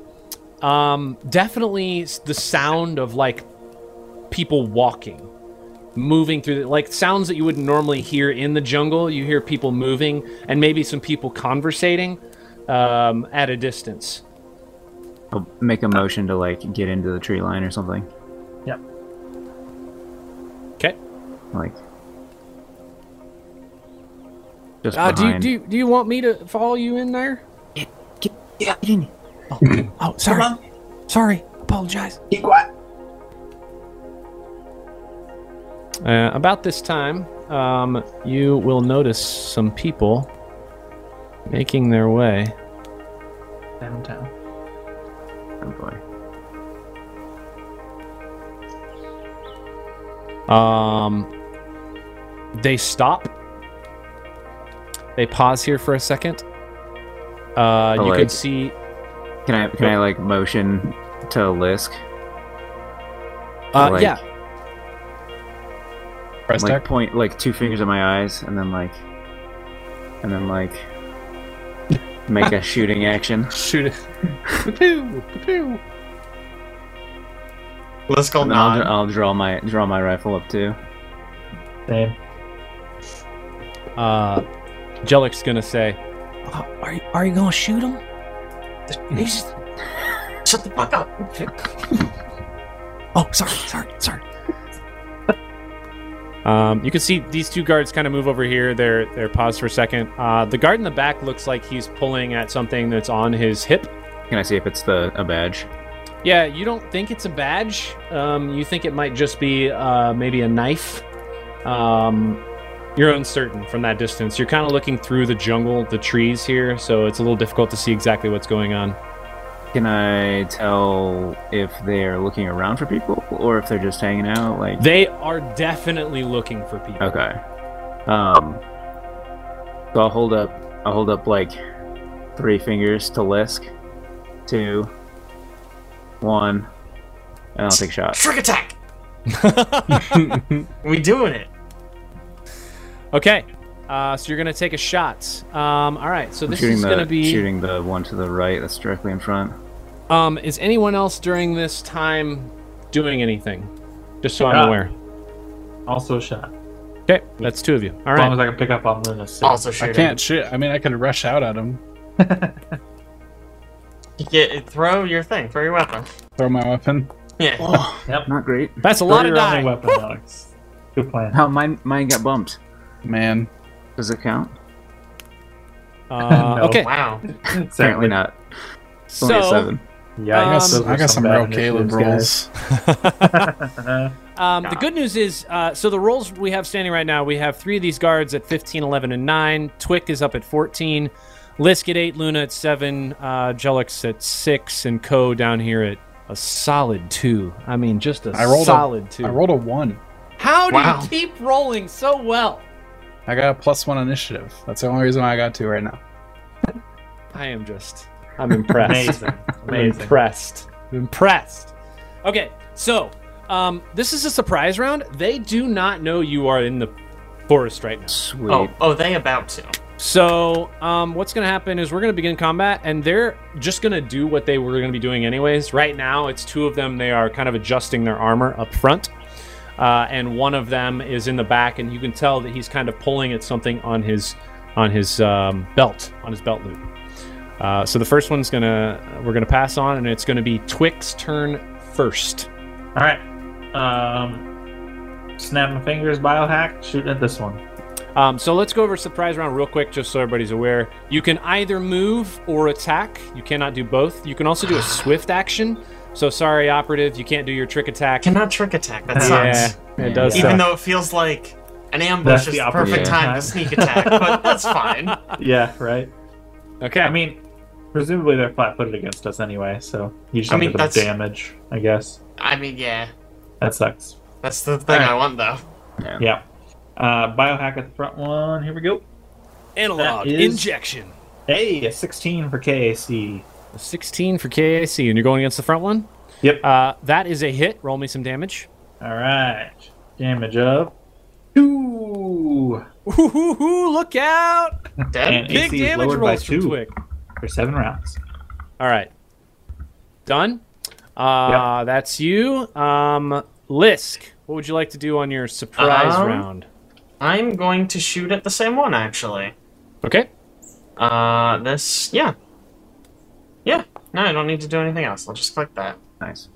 A: um, definitely s- the sound of like people walking, moving through the, like sounds that you would normally hear in the jungle. You hear people moving and maybe some people conversating um, at a distance.
B: I'll make a motion to like get into the tree line or something.
A: Okay.
B: Like just
H: Uh, do you
B: behind.
H: do you, do you want me to follow you in there?
B: Get, yeah, get in.
H: Oh, sorry, sorry, apologize.
A: Uh, about this time, um, you will notice some people making their way.
D: Downtown.
B: Oh boy.
A: Um, they stop. They pause here for a second. Uh, you can
B: Alright.
A: see.
B: Can I can I like motion to Lisk?
A: Uh,
B: Like-
A: yeah,
G: Price
B: like
G: tag.
B: point like two fingers at my eyes and then like and then like make a shooting action.
G: Shoot it.
C: Let's go
B: And I'll,
C: nod.
B: I'll draw my draw my rifle up too.
D: Same.
A: Uh, Jellic's gonna say,
J: Are you, are you gonna shoot him? He's-
C: Shut the fuck up.
J: oh, sorry, sorry, sorry.
A: Um, you can see these two guards kind of move over here. They're they're paused for a second. Uh, the guard in the back looks like he's pulling at something that's on his hip.
B: Can I see if it's the a badge?
A: Yeah, you don't think it's a badge. Um, you think it might just be uh, maybe a knife. Um, you're uncertain from that distance. You're kind of looking through the jungle, the trees here, so it's a little difficult to see exactly what's going on.
B: Can I tell if they're looking around for people or if they're just hanging out? Like
A: They are definitely looking for people.
B: okay. Um. So I'll hold up. I'll hold up like three fingers to Lisk. Two. One. And I'll take a shot.
C: Trick attack. we doing it.
A: Okay. Uh, so you're gonna take a shot. Um, all right. So
B: I'm
A: this
B: shooting
A: is
B: the
A: gonna be.
B: shooting the one to the right that's directly in front.
A: Um, is anyone else during this time doing anything? Just so I'm
D: Yeah.
A: aware.
D: Also a shot. As
A: Okay, that's two of you. All
D: long
A: right.
D: as I can pick up on Luna. six.
C: Also shoot
G: I
C: him.
G: can't shoot. I mean, I could rush out at him,
C: Get, throw your thing. Throw your weapon.
G: throw my weapon.
C: Yeah.
G: Oh.
B: Not great.
A: That's a
D: Throw
A: lot of
D: your only
A: die.
D: weapon, Alex. Good plan.
B: How mine mine got bumped.
G: Man,
B: Does it count?
A: Uh,
D: No.
A: okay,
C: Wow.
B: Apparently not. It's only a
A: so
B: seven.
D: Yeah,
A: Um,
D: those
G: I
D: were
G: got some,
D: bad
G: real Caleb
D: initiatives,
G: rolls.
D: guys.
A: um, the good news is, uh, so the rolls we have standing right now, we have three of these guards at 15, 11, and 9. Twick is up at 14. Lisk at 8, Luna at 7, uh, Jellic's at 6, and Co down here at a solid 2. I mean, just a
G: I rolled a-
A: solid 2.
G: I rolled a one.
A: How do
C: Wow.
A: you keep rolling so well?
G: I got a plus one initiative. That's the only reason why I got two right now.
A: I am just. I'm impressed.
D: Amazing.
A: I'm
D: Amazing.
A: impressed. I'm impressed. Okay, so um, this is a surprise round. They do not know you are in the forest right now.
B: Sweet.
C: Oh, oh, they about to.
A: So um, what's going to happen is we're going to begin combat, and they're just going to do what they were going to be doing anyways. Right now, it's two of them. They are kind of adjusting their armor up front, uh, and one of them is in the back, and you can tell that he's kind of pulling at something on his on his um, belt on his belt loop. Uh, so the first one's gonna we're gonna pass on, and it's gonna be Twix turn first.
D: All right. Um, snap my fingers, biohack, shooting at this one.
A: Um, so let's go over surprise round real quick, just so everybody's aware. You can either move or attack. You cannot do both. You can also do a swift action. So sorry, operative, you can't do your trick attack.
C: Cannot trick attack. That
A: yeah,
C: sucks.
A: it does.
C: Even
A: suck.
C: though it feels like an
D: That's
C: ambush is
D: the
C: the perfect
B: opportunity.
C: time to sneak attack, but that's fine.
D: Yeah, right.
A: okay,
D: I mean, presumably they're flat-footed against us anyway, so you just
C: I
D: don't
C: mean,
D: get the
C: that's-
D: damage. I guess
C: I mean, yeah.
D: that sucks.
C: That's the thing I want, though.
D: Yeah. Uh, biohack at the front one. Here we go.
J: Analog
D: That is-
J: injection.
D: Hey, a 16 for KAC.
A: 16 for KAC, and you're going against the front one.
D: Yep.
A: Uh, that is a hit. Roll me some damage.
D: All right. Damage of two
A: Ooh, ooh, ooh, look out!
C: Dead?
D: And-
A: Big
D: AC is
A: damage
D: lowered by
A: rolls from
D: two.
A: Twig.
D: for seven rounds.
A: All right, done. Uh, That's you, um, Lisk. What would you like to do on your surprise
C: Um,
A: round?
C: I'm going to shoot at the same one, actually.
A: Okay.
C: Uh, this, yeah. Yeah. No, I don't need to do anything else. I'll just click that.
B: Nice.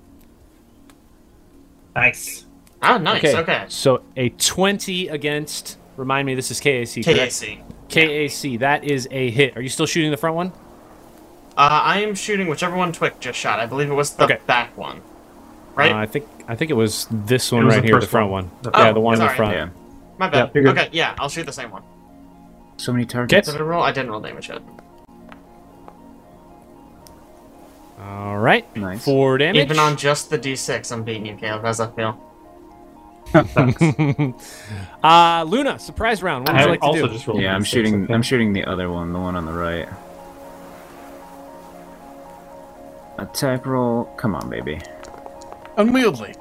D: Nice.
C: Oh, nice. Okay.
A: So a 20 against. Remind me, this is KAC. Correct?
C: KAC.
A: KAC. That is a hit. Are you still shooting the front one?
C: Uh, I am shooting whichever one Twick just shot. I believe it was the
A: Okay.
C: back one. Right?
A: Uh, I think I think it was this one
D: was
A: right
D: the
A: here, the
D: first
A: front one.
D: Oh,
A: yeah, the one in the
C: sorry.
A: front.
B: Yeah.
C: My bad.
D: you're good.
C: okay, yeah, I'll shoot the same one.
B: So many targets.
C: Did I roll? I didn't roll damage yet.
A: All right.
B: Nice.
A: Four damage.
C: Even on just the D6, I'm beating you, Caleb. How's that feel?
A: uh, Luna, surprise round. What would
D: I
A: you like to
D: also
A: do?
D: just rolled.
B: Yeah, I'm
D: D6,
B: shooting.
D: okay.
B: I'm shooting the other one, the one on the right. A type roll. Come on, baby.
G: Unwieldy.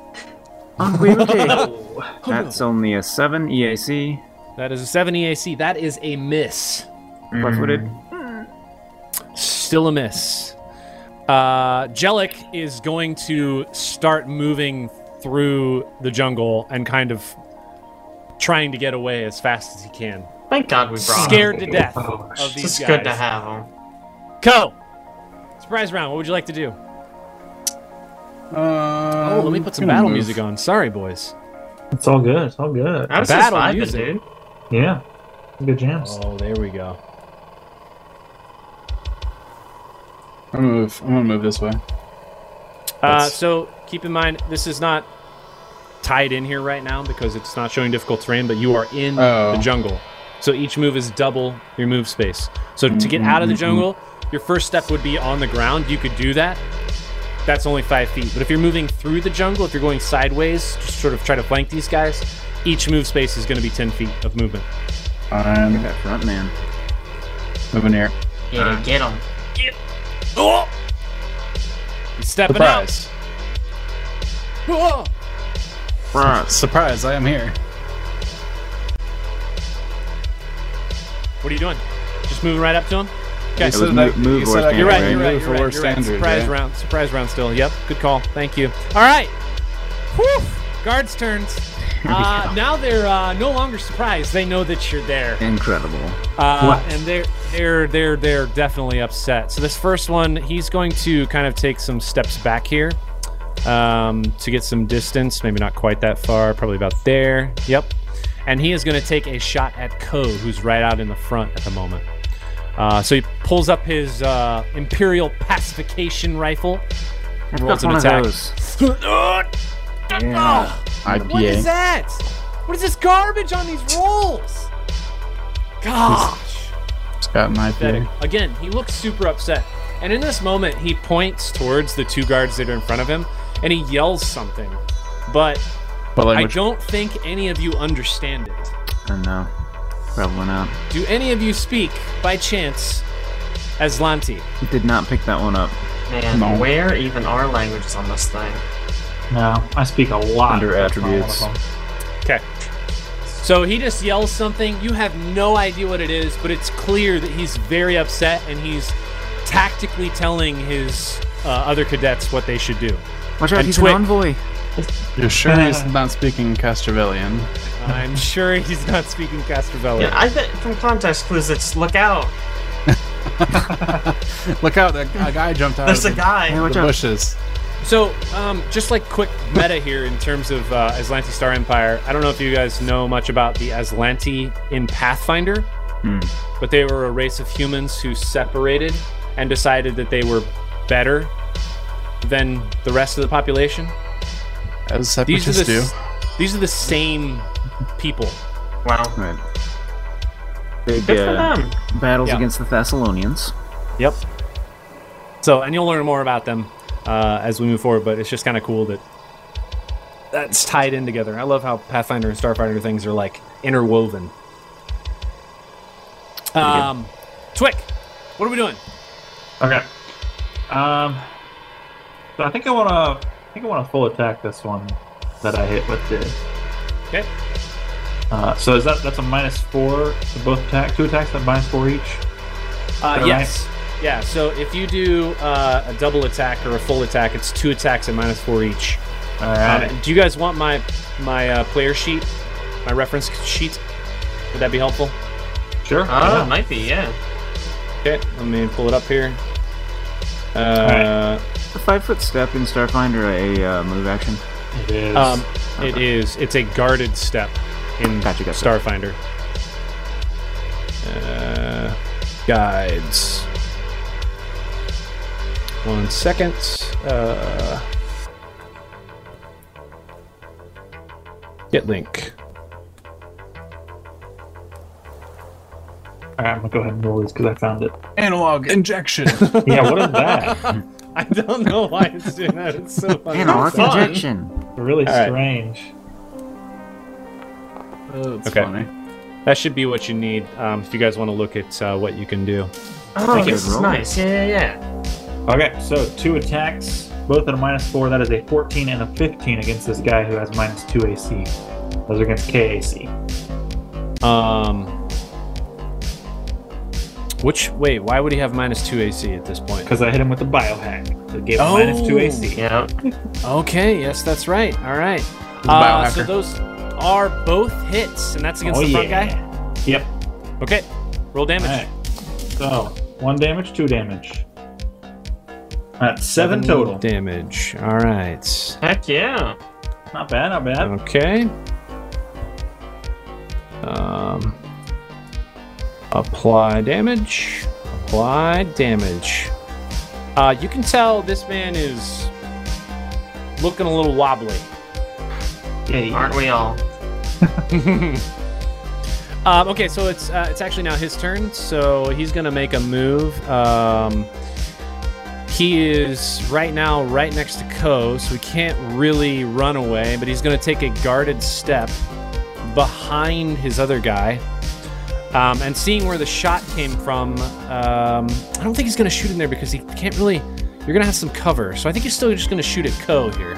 B: That's only a seven EAC.
A: That is a 70 AC. That is a miss.
B: Left-footed.
A: Mm-hmm. Still a miss. Uh, Jellic is going to start moving through the jungle and kind of trying to get away as fast as he can.
C: Thank God we brought him.
A: Scared to death of
C: Oh, It's
A: these
C: just
A: guys.
C: good to have him.
A: Co! Surprise round, what would you like to do?
G: Uh,
A: Oh, let me put some battle music on. Sorry, boys.
D: It's all good. It's all good.
C: I was just
A: Battle
C: vibing,
A: music.
C: dude.
D: Yeah. Good jams.
A: Oh, there we go.
G: I'm gonna move. I'm gonna move this way.
A: Uh,
G: That's-
A: so keep in mind, this is not tied in here right now because it's not showing difficult terrain, but you are in
G: Oh.
A: the jungle. So each move is double your move space. So to get out of the jungle, your first step would be on the ground. You could do that. That's only five feet. But if you're moving through the jungle, if you're going sideways, just sort of try to flank these guys, each move space is going to be 10 feet of movement.
G: I'm
B: That front man.
G: moving here.
C: Get him, get him.
A: He's stepping
G: Surprise!
A: out. Whoa!
G: Surprise! I am here.
A: What are you doing? Just moving right up to him? Okay.
B: was
G: You that-
B: move- move or
G: you said I
B: stand,
G: could
A: You're right.
G: move
A: You're right.
G: for
A: You're right. You're right.
G: standard,
A: Surprise
G: yeah?
A: round. Surprise round. Still. Yep. Good call. Thank you. All right. Whew. Guards' turns. Uh, now they're uh, no longer surprised. They know that you're there,
B: Incredible.
A: uh, and they're they're they're they're definitely upset. So this first one, he's going to kind of take some steps back here um, to get some distance. Maybe not quite that far. Probably about there. Yep. And he is going to take a shot at Ko, who's right out in the front at the moment. Uh, so he pulls up his uh, Imperial pacification rifle.
B: I've
A: Rolls
B: got
A: an
B: one
A: attack.
B: of those.
G: Yeah.
A: What is that? What is this garbage on these rolls? Gosh.
G: It's got an IPA.
A: Again, he looks super upset. And in this moment, he points towards the two guards that are in front of him and he yells something. But
G: But
A: I
G: like,
A: don't think any of you understand it.
B: Oh no. Probably not.
A: Do any of you speak by chance as Lanti?
B: Did not pick that one up.
C: Man, where even are languages on this thing?
D: No, I speak a lot.
B: Under
D: but that's not
B: attributes.
D: one of them.
A: Okay. So he just yells something. You have no idea what it is, but it's clear that he's very upset and he's tactically telling his uh, other cadets what they should do.
B: Watch out,
A: And
B: he's
A: Twick.
B: an envoy.
G: you're sure he's not speaking Castrovillian.
A: I'm sure he's not speaking Castrovelli.
C: Yeah, I bet from context clues it's look out.
G: Look out! That a guy jumped out of
C: There's a
G: the,
B: Hey,
C: guy.
G: the
B: watch out.
G: bushes.
A: So, um, just like quick meta here in terms of uh, Aslanti Star Empire, I don't know if you guys know much about the Aslanti in Pathfinder, but they were a race of humans who separated and decided that they were better than the rest of the population.
G: As
A: These are
G: separatists
A: the,
G: do.
A: s- these are the same people.
C: Wow.
B: Right. Big
C: Good
B: uh,
C: for them.
B: battles
A: Yeah.
B: against the Thessalonians.
A: Yep. So, and you'll learn more about them uh, as we move forward, but it's just kind of cool that that's tied in together. I love how Pathfinder and Starfinder things are like interwoven. Um, Twick, what are we doing?
D: Okay. Um. So I think I want to. I think I want to full attack this one that I hit with the.
A: Okay.
D: Uh, so is that that's a minus four to both attack two attacks at minus four each.
A: Uh,
D: Alright.
A: yes. Yeah, so if you do uh, a double attack or a full attack, it's two attacks at minus four each.
D: All
A: Um,
D: right.
A: do you guys want my my uh, player sheet, my reference sheet? Would that be helpful?
D: Sure.
C: Oh,
D: yeah.
C: might be, yeah.
A: Okay, let me pull it up here. Uh,
B: A five foot step in Starfinder, a uh, move action.
D: It is.
A: Um, it is. It's a guarded step in
B: Gotcha, gotcha.
A: Starfinder. Uh, guides. One second. Uh, get link.
D: All right. I'm gonna go ahead and roll this because I found it.
G: Analog injection.
A: Oh,
D: Yeah. What is that?
A: I don't know why it's doing that. It's so funny.
B: Analog
C: fun.
B: injection.
D: really
A: right.
D: strange.
G: Oh, that's
A: Okay.
G: funny.
A: That should be what you need um, if you guys want to look at uh, what you can do.
C: Oh,
B: you.
C: this is
B: Roll.
C: nice. Yeah, yeah, yeah.
D: Okay. So two attacks, both at a minus four. That is a 14 and a 15 against this guy who has minus two AC. Those are against KAC.
A: Um, Which wait, why would he have minus two AC at this point?
D: because I hit him with the biohack. So it gave him minus
A: Oh.
D: two AC.
C: Yeah.
A: Okay, yes, that's right. All right.
G: a
A: Uh,
G: biohacker.
A: so those are both hits, and that's against
D: Oh
A: the front
D: yeah. Yep.
A: guy. Okay, roll damage.
D: Alright. So one damage, two damage. That's seven total.
A: Damage. All right.
C: Heck yeah.
D: Not bad, not bad.
A: Okay. Um, apply damage. Apply damage. Uh, you can tell this man is looking a little wobbly.
D: Yeah, you-
C: Aren't we all?
A: Um, okay, so it's uh, it's actually now his turn. So he's gonna make a move. Um, he is right now right next to Ko, so he can't really run away. But he's gonna take a guarded step behind his other guy. Um, and seeing where the shot came from, um, I don't think he's gonna shoot in there because he can't really. You're gonna have some cover, so I think he's still just gonna shoot at Ko here.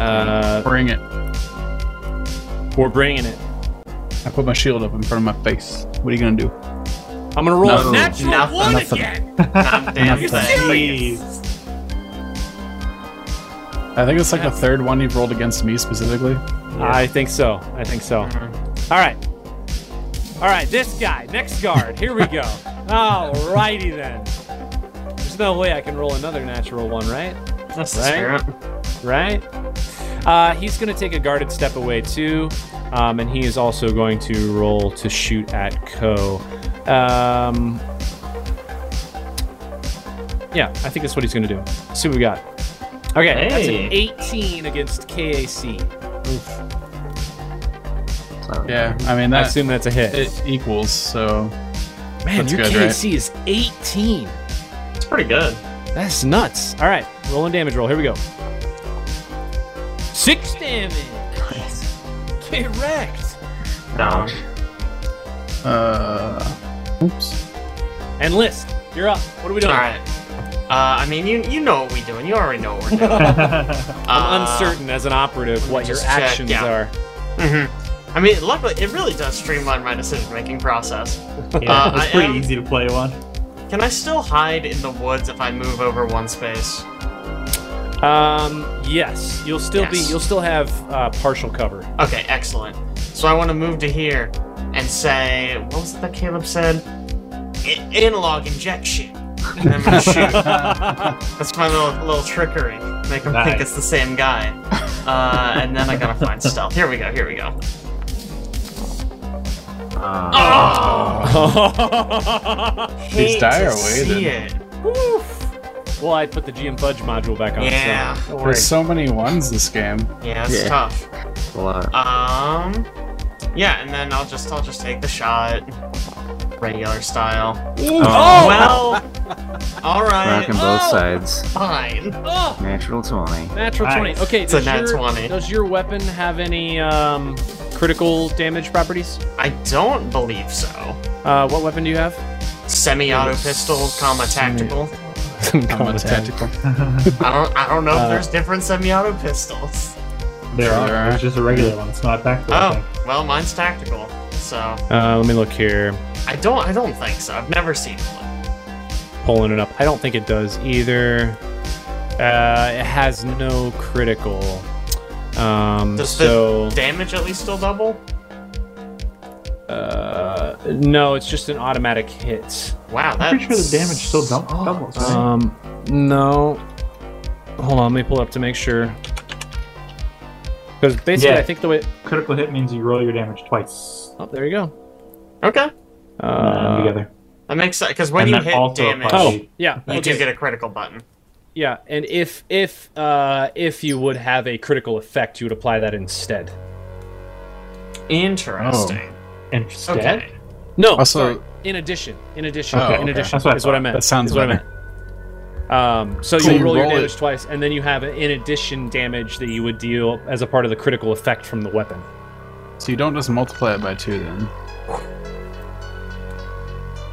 A: Uh,
G: Bring it.
A: we're bringing it.
G: I put my shield up in front of my face. What are you gonna do?
A: I'm gonna roll
B: No.
A: a natural
C: Oh, Nothing.
A: one
C: Nothing.
A: again.
C: God damn thing.
D: Jeez.
G: I think it's like the third one you've rolled against me specifically.
A: I think so. I think so. All right. All right, this guy, next guard. Here we go. Alrighty then. There's no way I can roll another natural one, right?
C: That's the
A: Right?
C: spirit.
A: Right? Uh, he's going to take a guarded step away, too. Um, and he is also going to roll to shoot at Ko. Um, yeah, I think that's what he's going to do. see what we got. Okay, that's an
C: Hey.
A: 18 against KAC.
G: Yeah, Uh, I mean
A: I
G: that
A: assume that's a hit.
G: it equals. So
A: Man,
G: That's
A: your
G: good, right?
A: KC is 18.
C: It's pretty good.
A: That's nuts. All right, rolling damage roll. Here we go. Six damage. Correct.
C: No.
G: uh, oops.
A: And list, you're up. What are we doing?
C: Alright. Uh, I mean, you you know what we're doing. You already know what we're doing.
A: I'm
C: Uh,
A: uncertain as an operative what your
C: just check,
A: actions
C: yeah.
A: are.
C: Mm-hmm. I mean, luckily, it really does streamline my decision making process.
D: Yeah,
C: Uh, I
D: it's pretty
C: am-
D: easy to play one.
C: Can I still hide in the woods if I move over one space?
A: Um, yes, you'll still
C: Yes.
A: be. You'll still have uh, partial cover.
C: Okay, excellent. So I want to move to here and say, what was it that Caleb said? I- analog injection. And I'm gonna shoot. That's my little little trickery. Make him think
D: Nice.
C: it's the same guy. Uh, and then I gotta find stealth. Here we go. Here we go. Oh,
G: These die
C: hate to
G: are
C: see
G: way.
C: it.
A: Well, I put the GM fudge module back on.
C: Yeah,
A: So.
G: There's so many ones this game.
C: yeah, it's
B: Yeah.
C: tough.
B: a lot.
C: Um, yeah, and then I'll just I'll just take the shot, regular style.
B: Oh.
C: well, all right,
B: Rocking both sides.
C: fine.
A: Oh,
B: Natural 20.
A: natural
D: Nice.
A: twenty. Okay,
C: It's a
A: does
C: nat
A: your,
C: 20.
A: Does your weapon have any um, critical damage properties?
C: I don't believe so.
A: Uh, what weapon do you have?
C: Semi-auto pistol, comma tactical.
G: I'm a tactical.
C: I don't I don't know
D: Uh,
C: if there's different semi-auto pistols.
D: There are.
G: There are.
D: There's just a regular one. It's not a tactical. I
C: Oh,
D: think.
C: well, mine's tactical, so
A: Uh, let me look here.
C: I don't I don't think so. I've never seen one.
A: Pulling it up. I don't think it does either. Uh, it has no critical. Um,
C: Does
A: so
C: the damage at least still double?
A: uh, no, it's just an automatic hit.
C: Wow, that's
D: I'm pretty sure the damage still dum- doubles. right?
A: Um, no. Hold on, let me pull it up to make sure. Because basically,
D: Yeah.
A: I think the way.
D: Critical hit means you roll your damage twice
A: Oh, there you go.
C: okay.
D: um,
A: Uh,
D: together.
C: That makes sense because when
D: And
C: you
D: that
C: hit
D: also
C: damage,
D: applies-
A: oh, yeah.
C: you do
A: okay.
C: get a critical button.
A: Yeah, and if if uh, if you would have a critical effect, you would apply that instead.
C: Interesting.
D: Instead,
C: Okay.
A: No,
G: Also-
A: sorry. in addition, in addition,
G: Oh,
A: in
G: okay.
A: addition
D: That's what I
A: is what I
D: thought.
A: meant.
G: That sounds
A: is what
G: better.
A: I meant. Um, so
G: So
A: you
G: you
A: roll your
G: roll it-
A: damage twice, and then you have an in addition damage that you would deal as a part of the critical effect from the weapon.
G: So you don't just multiply it by two then.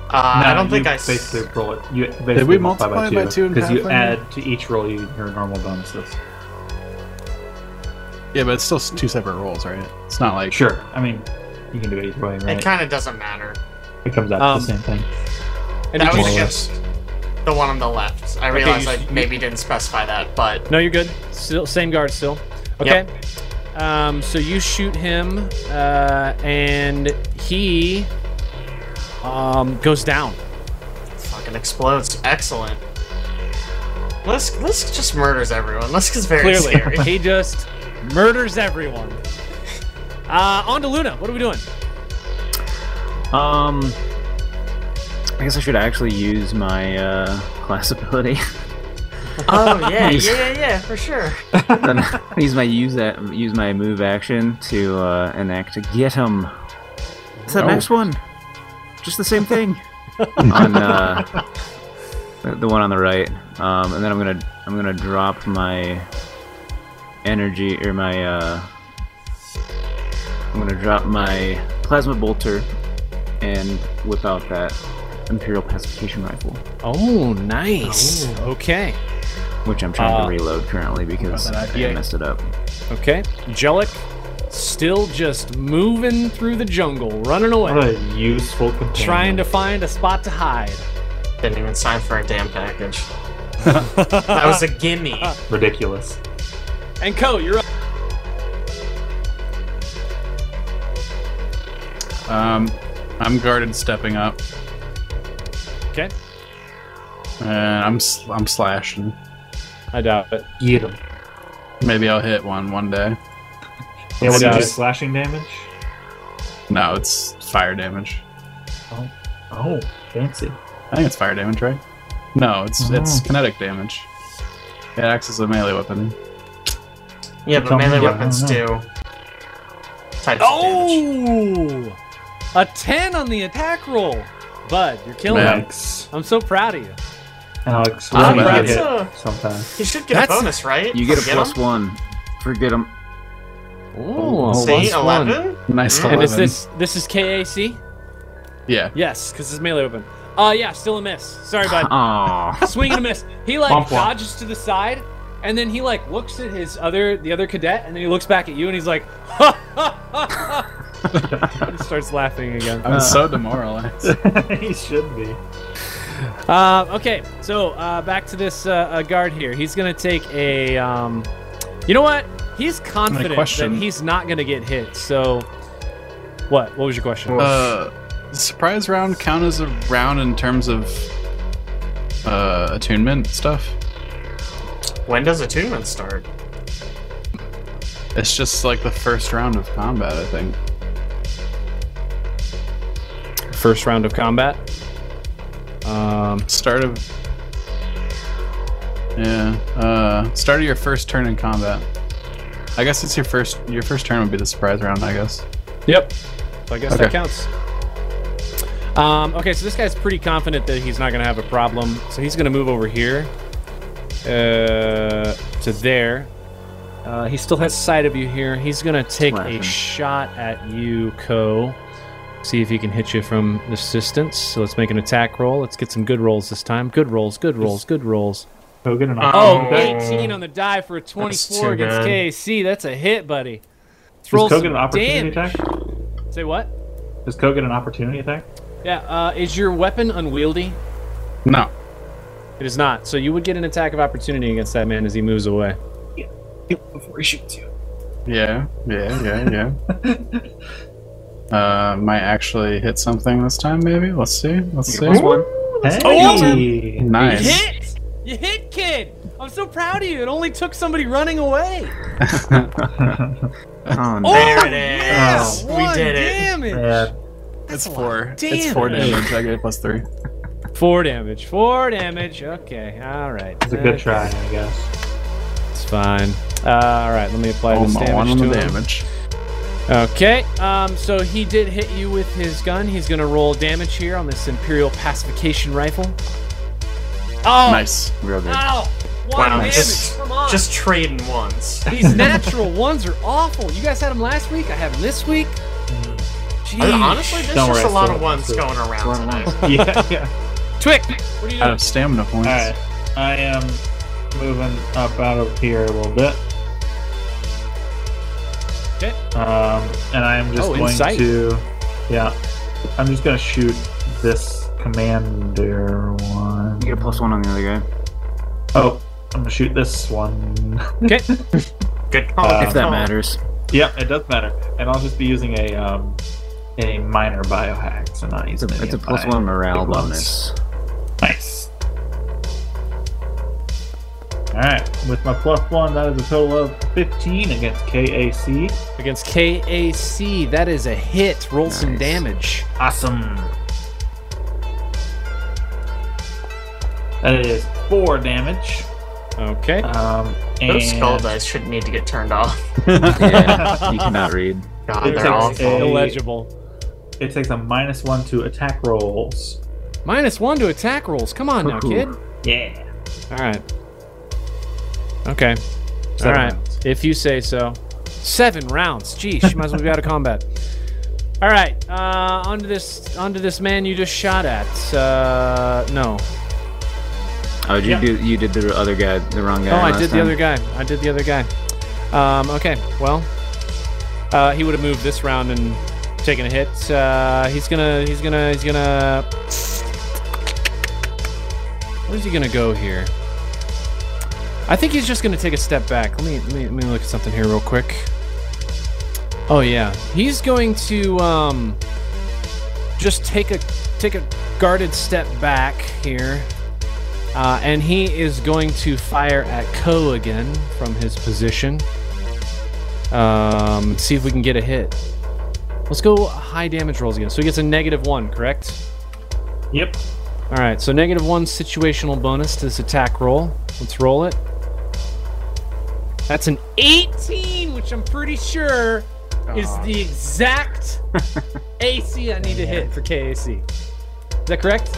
C: Uh,
D: No,
C: I don't think
D: you
C: I. s-
D: basically roll it. You basically
G: we multiply
D: multiply
G: by two in
D: because you
G: Pathfinder?
D: add to each roll you- your normal bonuses.
G: Yeah, but it's still s- two separate rolls, right? It's not like
D: Sure. I mean, you can do it either way,
C: It
D: right?
C: kind of doesn't matter.
D: It comes out
A: Um,
D: to the same thing.
A: And
C: That
A: you
C: was
A: can-
C: against the one on the left. I realized
A: you-
C: I maybe didn't specify that, but
A: No, you're good. Still, same guard still. Okay.
C: Yep.
A: Um, so you shoot him, uh, and he um, goes down.
C: fucking explodes. Excellent. Lisk, Lisk just murders everyone. Lisk is very
A: Clearly,
C: scary.
A: he just murders everyone. Uh, on to Luna. What are we doing?
B: Um, I guess I should actually use my uh, class ability.
C: oh yeah, yeah, yeah, yeah, for sure.
B: then I use my use that use my move action to uh, enact get him. It's the
G: Oh.
B: next one. Just the same thing. on uh, the, the one on the right, um, and then I'm gonna I'm gonna drop my energy or my uh, I'm gonna drop my plasma bolter and whip out that imperial pacification rifle,
H: Oh, nice.
A: Oh, Okay.
B: which I'm trying
A: Uh,
B: to reload currently because
G: that
B: I
A: IPA.
B: messed it up.
A: Okay. Jellic still just moving through the jungle, running
D: What
A: away,
D: a useful companion.
A: trying to find a spot to hide.
C: Didn't even sign for a damn package. that was a gimme.
D: ridiculous.
A: And Co, you're up.
G: Um, I'm guarded stepping up,
A: Okay.
G: and I'm sl- I'm slashing.
A: I doubt it.
D: Eat him.
G: Maybe I'll hit one one day.
D: Yeah, what do you
A: Yeah.
D: do? Slashing damage?
G: No, it's fire damage.
D: Oh, fancy.
G: I think it's fire damage, right? No, it's it's kinetic damage. It acts as a melee weapon.
C: Yeah, but
D: Tell me
C: melee
D: what-
C: weapons
D: I
C: do types of damage.
A: Oh! A 10 on the attack roll. Bud, you're killing
G: Man.
A: it.
D: Alex.
A: I'm so proud of you.
D: Alex,
C: Ah,
D: when you
G: that's
D: hit
C: a-
D: sometimes.
C: You should get
A: That's-
C: a bonus, right?
B: You get a
C: Forget
B: plus
C: 'em?
B: one. Forget him.
H: Oh,
C: See,
H: plus one.
C: eleven.
G: Nice.
C: Mm.
A: And is
G: 11.
A: this this is KAC?
G: Yeah.
A: Yes, because it's melee weapon. Uh yeah, still a miss. Sorry, bud.
B: Aw.
A: swing and a miss. He like
D: Womp womp.
A: dodges to the side, and then he like looks at his other the other cadet, and then he looks back at you, and he's like, ha, ha, ha, ha. and starts laughing again.
G: I'm so demoralized.
D: he should be.
A: Uh, okay, so uh, back to this uh, uh, guard here. He's gonna take a. Um, you know what? He's confident that
G: question.
A: he's not gonna get hit. So, what? What was your question?
G: Uh, surprise round count as a round in terms of uh, attunement stuff.
C: When does attunement start?
G: It's just like the first round of combat, I think.
A: First round of combat. Um,
G: Start of yeah, uh, start of your first turn in combat. I guess it's your first. Your first turn would be the surprise round, I guess.
A: Yep. So I guess that
G: Okay.
A: counts. Um, okay, so this guy's pretty confident that he's not going to have a problem. So he's going to move over here uh, to there. Uh, he still has sight of you here. He's going to take
B: Smashing.
A: a shot at you, Co. See if he can hit you from this distance. So let's make an attack roll. Let's get some good rolls this time. Good rolls, good rolls, good rolls.
D: Hogan and
A: Oh,
C: Oh.
A: 18 on the die for a 24
C: too
A: against
C: good.
A: KAC. That's a hit, buddy. Let's roll
D: Is Kogan
A: some
D: an opportunity
A: damage.
D: attack?
A: Say what?
D: Is Kogan an opportunity attack?
A: Yeah, uh, is your weapon unwieldy?
G: No,
A: It is not. So you would get an attack of opportunity against that man as he moves away.
J: Before he shoots you.
G: Yeah, yeah, yeah, yeah. uh, might actually hit something this time, maybe. Let's see. Let's see.
B: Plus one.
D: Hey!
G: Nice.
A: Hit! You hit, kid! I'm so proud of you. It only took somebody running away.
B: Oh, no.
C: There it is. we did it.
A: Ah, Damage.
D: Yeah.
G: It's four. It's
A: Damn
G: four
A: it.
G: damage. I get a plus three.
A: Four damage. Four damage. Okay. All right.
D: It's a good try, I guess.
A: It's fine. Uh, all right. Let me apply
G: Oh,
A: this
G: my
A: damage
G: one on
A: to
G: the
A: him.
G: damage.
A: Okay, um, so he did hit you with his gun. He's gonna roll damage here on this Imperial Pacification Rifle. Oh,
G: Nice.
B: Real good.
A: Ow! One
C: Wow,
A: damage.
C: just-
A: Come on.
C: Just trading ones.
A: These natural ones are awful. You guys had them last week. I have them this week.
C: I mean,
A: Jeez.
C: Honestly, there's
D: Don't
C: just
D: worry,
C: a lot of
D: it's still-
C: ones
D: it's still-
C: going around tonight.
D: yeah, yeah.
A: Twick, what are you
G: Out
A: doing?
G: of stamina points.
D: Alright. I am moving up out of here a little bit.
A: Okay.
D: Um, and I am just
A: Oh,
D: going
B: Oh,
A: insight.
D: to. Yeah. I'm just gonna shoot this commander one.
B: You get a plus one on the other guy.
D: Oh, I'm gonna shoot this one.
A: Okay.
C: Good call.
D: Uh,
C: good
B: If that
C: call.
B: matters.
D: yep, it does matter. And I'll just be using a um, a minor biohack, so
B: It's
D: not
B: a,
D: using
B: it's
D: any
B: a
D: of
B: plus
D: my-
B: one morale
D: Big ones.
B: bonus.
D: Nice. All right, with my plus one, that is a total of 15 against KAC.
A: Against KAC, that is a hit. Roll some
B: Nice.
A: damage.
D: Awesome. That is four damage.
A: Okay.
D: Um, and
C: Those skull dice should need to get turned off.
B: yeah, you cannot read.
C: God,
D: It's
C: they're
D: like
C: awful.
D: a-
A: Illegible.
D: it takes a minus one to attack rolls.
A: Minus one to attack rolls. Come on now,
B: Cuckoo.
A: kid.
D: Yeah.
A: All right. Okay. All
D: Seven
A: right.
D: rounds.
A: If you say so. Seven rounds. Gee, she might as well be out of combat. All right. Uh, onto this. Onto this man you just shot at. Uh, no.
B: Oh, you do you did the other guy, the wrong guy.
A: Oh, I
B: last
A: did the
B: time.
A: other guy. I did the other guy. Um, okay, well, uh, he would have moved this round and taken a hit. Uh, he's gonna, he's gonna, he's gonna. Where's he gonna go here? I think he's just gonna take a step back. Let me, let me, let me look at something here real quick. Oh yeah, he's going to um, just take a take a guarded step back here. Uh, and he is going to fire at Ko again from his position. Um, see if we can get a hit. Let's go high damage rolls again. So he gets a negative one, correct?
D: Yep.
A: All right, so negative one situational bonus to this attack roll. Let's roll it. That's an 18, which I'm pretty sure is the exact AC I need to hit for KAC. Is that correct?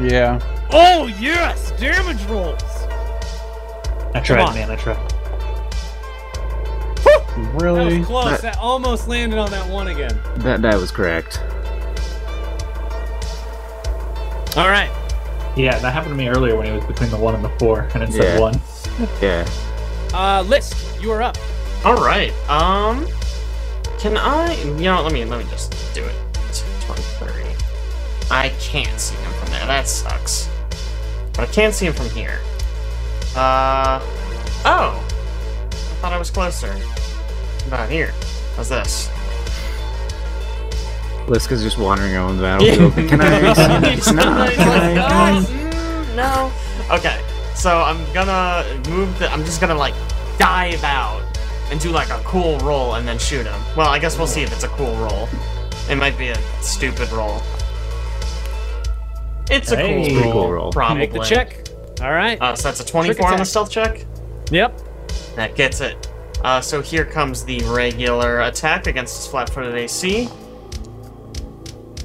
G: Yeah.
A: Oh, yes! Damage rolls!
D: I tried,
A: on.
D: man. I tried.
A: That
G: Really?
A: was close.
B: That-
A: that almost landed on that one again.
B: That that was correct.
A: All right.
D: Yeah, that happened to me earlier when it was between the one and the four, and it said
B: Yeah.
D: one.
B: Yeah.
A: Uh, Lisk, you are up.
C: All right. Um, can I? You know, let me let me just do it. Twenty thirty. I can't see him from there. That sucks. But I can see him from here. Uh, oh. I thought I was closer. What About here. How's this?
B: Liska's just wandering around the battlefield. Can I?
C: He's
B: Can I?
C: like,
B: Can I?
C: "Guys, mm, no. Okay, so I'm gonna move. The, I'm just gonna like dive out and do like a cool roll and then shoot him. Well, I guess we'll see if it's a cool roll. It might be a stupid roll. It's a
D: Hey.
C: cool
B: Pretty
C: roll,
B: cool roll.
C: probably.
A: Make the check. All right.
C: Uh, so that's a 24 on the
A: attack.
C: stealth check.
A: yep.
C: That gets it. Uh, so here comes the regular attack against his flat-footed AC.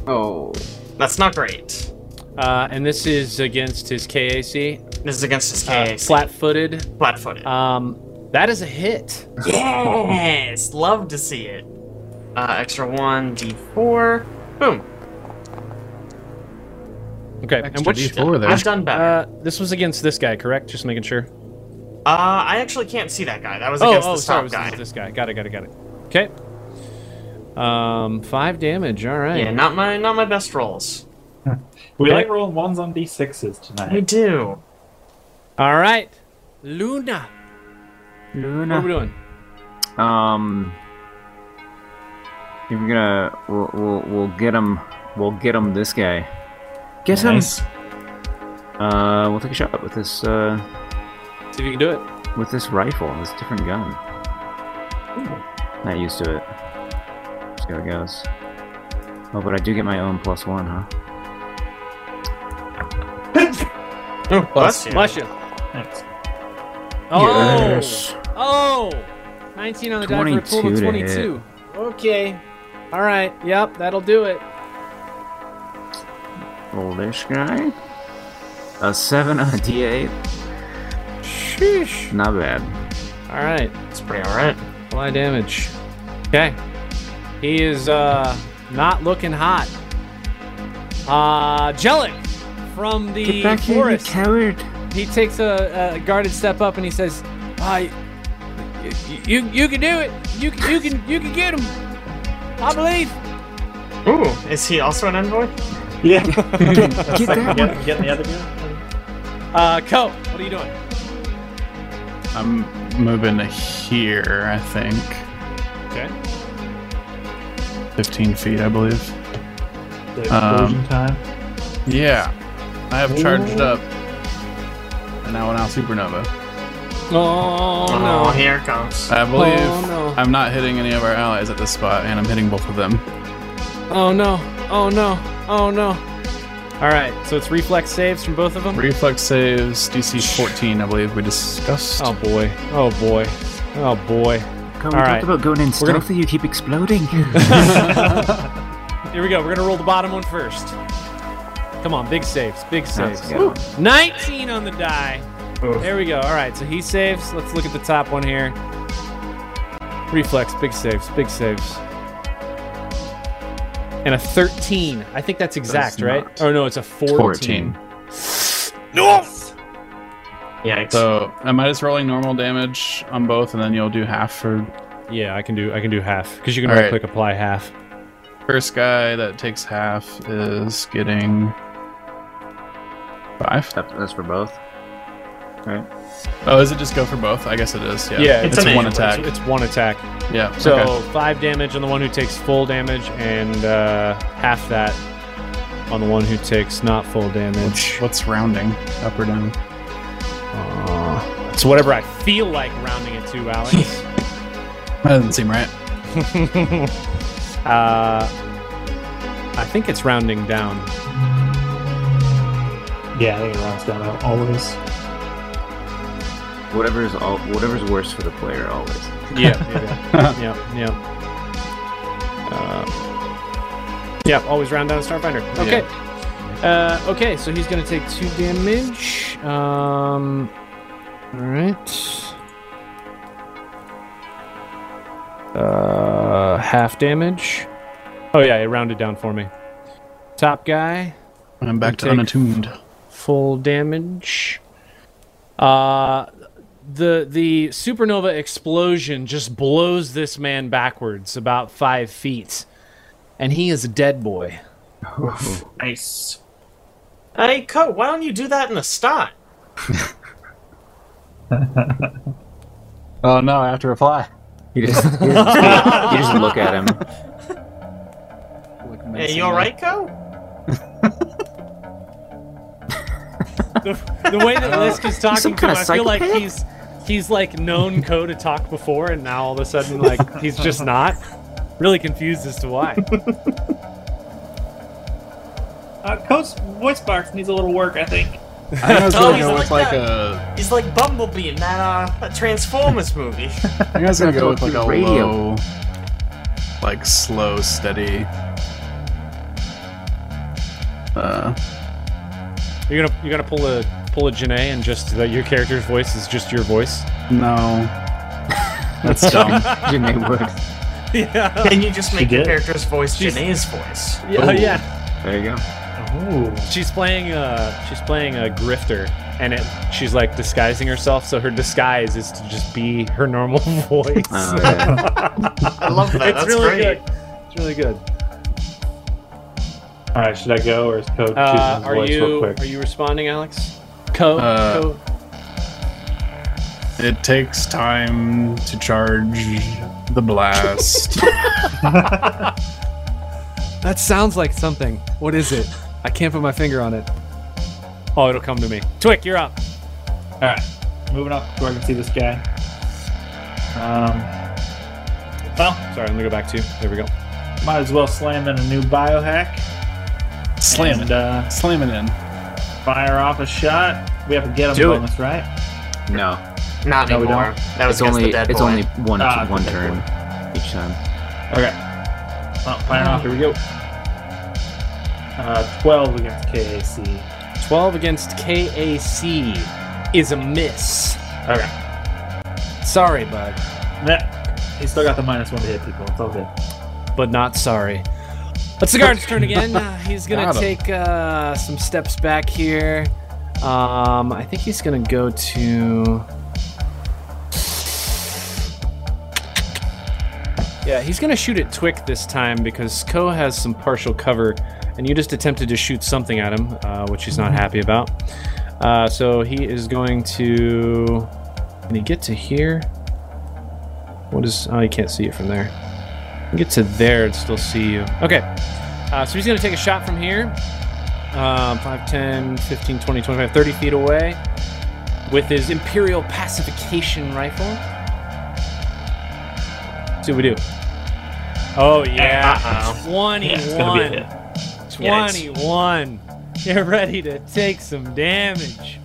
B: Oh.
C: That's not great.
A: Uh, and this is against his KAC,
C: This is against his
A: uh,
C: KAC.
A: flat-footed.
C: flat-footed.
A: Um, that is a hit.
C: Yes, love to see it. Uh, extra one d4. Boom.
A: Okay.
G: Extra
A: and what?
G: D4 there.
C: I've done better. Uh,
A: Uh, this was against this guy, correct? Just making sure.
C: Uh, I actually can't see that guy. That was
A: Oh,
C: against
A: oh,
C: the
A: sorry.
C: top
A: It was
C: guy.
A: against this guy. Got it. Got it. Got it. Okay. Um, five damage. All right.
C: Yeah, not my not my best rolls.
D: We
A: Okay.
D: like rolling ones on d6s
C: I
D: tonight.
C: do.
A: All right. Luna, what are we
B: Luna.
A: doing?
B: Um. You're gonna. We'll, we'll, we'll get him. We'll get him. This guy. Get
D: Nice.
B: him. Uh, we'll take a shot with this. Uh,
A: See if you can do it.
B: with this rifle, this different gun. Not used to it. Just how it goes. Oh, but I do get my own plus one, huh?
C: Oh, bless you.
A: Bless you.
D: Thanks.
A: Oh. Oh! 19 on the die for a total
B: 22
A: of
B: to
A: 22. Okay. All right. Yep, that'll do it.
B: Roll this guy. A seven on a d8.
A: Sheesh.
B: Not bad.
A: All right.
C: It's pretty all right.
A: Apply damage. Okay. He is uh not looking hot. Uh Jellic from the
B: Get back here, you
A: forest.
B: coward!
A: he takes a, a guarded step up and he says, "I, you, you can do it. You can, you can, you can get him. I believe."
C: Ooh, is he also an envoy?
D: Yeah.
B: Get that one.
D: get, get the other guy.
A: Uh, Co, what are you doing?
G: I'm moving to here, I think.
A: Okay.
G: 15 feet, I believe.
D: The explosion time.
G: Yeah. I have charged up. And now now supernova.
A: Oh
C: Oh,
A: no.
C: here it comes.
G: I believe
A: Oh, no.
G: I'm not hitting any of our allies at this spot, and I'm hitting both of them.
A: Oh no. Oh no. Oh no. All right. So it's reflex saves from both of them.
G: Reflex saves, DC 14, I believe we discussed.
A: oh boy. Oh boy. Oh boy.
B: God, we
A: All
B: talked
A: right.
B: about going in
A: We're gonna-
B: stealthy. You keep exploding.
A: Here we go. We're gonna roll the bottom one first. Come on, big saves, big
B: That's
A: saves.
B: a good one.
A: 19 on the die.
D: Oof.
A: There we go. All right, so he saves. Let's look at the top one here. Reflex, big saves, big saves. And a 13. I think that's exact, right?
G: not.
A: Oh no, it's a 14.
G: 14.
C: Yikes.
G: So am I just rolling normal damage on both, and then you'll do half for
A: Yeah, I can do I can do half because you can
G: All
A: right
G: right.
A: click apply half.
G: first guy that takes half is getting five.
B: That- That's for both.
G: Oh, is it just go for both? I guess it is. Yeah,
A: Yeah,
G: it's,
C: it's an
G: one
C: aim.
G: attack.
A: It's one attack.
G: yeah.
A: So
G: okay.
A: five damage on the one who takes full damage, and uh, half that on the one who takes not full damage.
G: what's rounding? Up or down?
A: It's whatever I feel like rounding it to, Alex.
G: That doesn't seem right.
A: uh, I think it's rounding down.
D: Yeah, I think it rounds down out always.
B: Whatever's all, whatever's worse for the player always.
A: Yeah, yeah, yeah. yeah. Uh, yeah, always round down Starfinder. Okay. Uh, okay, so he's going to take two damage. Um, all right. Uh, half damage. Oh, yeah, it rounded down for me. Top guy,
G: I'm back to
A: Take-
G: unattuned.
A: full damage. Uh, the the supernova explosion just blows this man backwards about five feet, and he is a dead boy.
C: Nice. Hey, Co, why don't you do that in the stot?
G: Oh no! I have to reply.
B: You just, you just, you just look at him.
C: Hey, you alright, Co?
A: The way that Lisk is talking
B: some
A: to him,
B: kinda
A: I feel like
B: psychopath?
A: he's he's like known Co to talk before, and now all of a sudden like he's just not. Really confused as to why.
D: Uh, Coach voice box needs a little work, I think.
G: I think I was
C: Oh,
G: gonna
C: he's
G: go with
C: like
G: like
C: that.
G: a.
C: He's like Bumblebee in that, uh, that Transformers movie.
G: I think I was gonna go with like a
B: Radio.
G: low, like slow, steady. Uh,
A: You're gonna you're gonna pull a pull a Janae and just that your character's voice is just your voice.
G: no. That's dumb.
B: Janae would.
A: Yeah.
C: Can you just make your
D: did.
C: character's voice
A: She's-
C: Janae's voice?
A: Yeah. yeah.
B: There you go.
D: Oh.
A: She's playing a she's playing a grifter, and it she's like disguising herself. So her disguise is to just be her normal voice.
D: Ah,
B: Uh, yeah.
C: I love that.
A: it's
C: That's
A: really
C: great.
A: good. It's really good.
D: All right, should I go or is Coach choosing
A: Uh,
D: his
A: are
D: voice real
A: you
D: quick?
A: are you responding, Alex? Co.
G: Uh,
A: co-
G: It takes time to charge the blast.
J: That sounds like something. What is it? I can't put my finger on it.
A: oh, it'll come to me. Twick, you're up.
D: All right, moving up so I can see this guy. Um, well,
A: Sorry, let me go back to you. There we go.
D: might as well slam in a new biohack
G: Slam
D: and
G: it.
D: uh,
G: Slam it in.
D: fire off a shot. We have to get him
A: Do it.
D: bonus, right?
B: No,
C: Not
D: No, we
C: anymore.
D: don't.
C: That was
B: it's
C: against
B: only
C: the dead
B: it's
C: boy.
B: only one
D: Ah,
B: one
D: the dead
B: turn each time.
D: Okay. Well, fire off. Here we go. Uh, Twelve against KAC.
A: Twelve against KAC is a miss.
D: Okay.
A: Sorry, bud,
D: That, he still got the minus one to hit people. It's all good.
A: but not sorry. It's the guard's turn again. Uh, he's gonna
G: Got him.
A: take uh, some steps back here. Um, I think he's gonna go to. Yeah, Yeah.
H: He's gonna shoot at Twick this time because Ko has some partial cover, and you just attempted to shoot something at him, uh, which he's
A: Mm-hmm.
H: not happy about. Uh, so he is going to. Can he get to here? What is? Oh, he can't see you from there. You get to there and still see you. Okay. Uh, so he's gonna take a shot from here. Um, 5, 10, 15, 20, 25, 30 feet away with his Imperial Pacification Rifle. See what we do.
A: Oh yeah.
C: Uh-oh.
D: It's gonna be a
A: 21.
D: hit.
A: 21. You're ready to take some damage.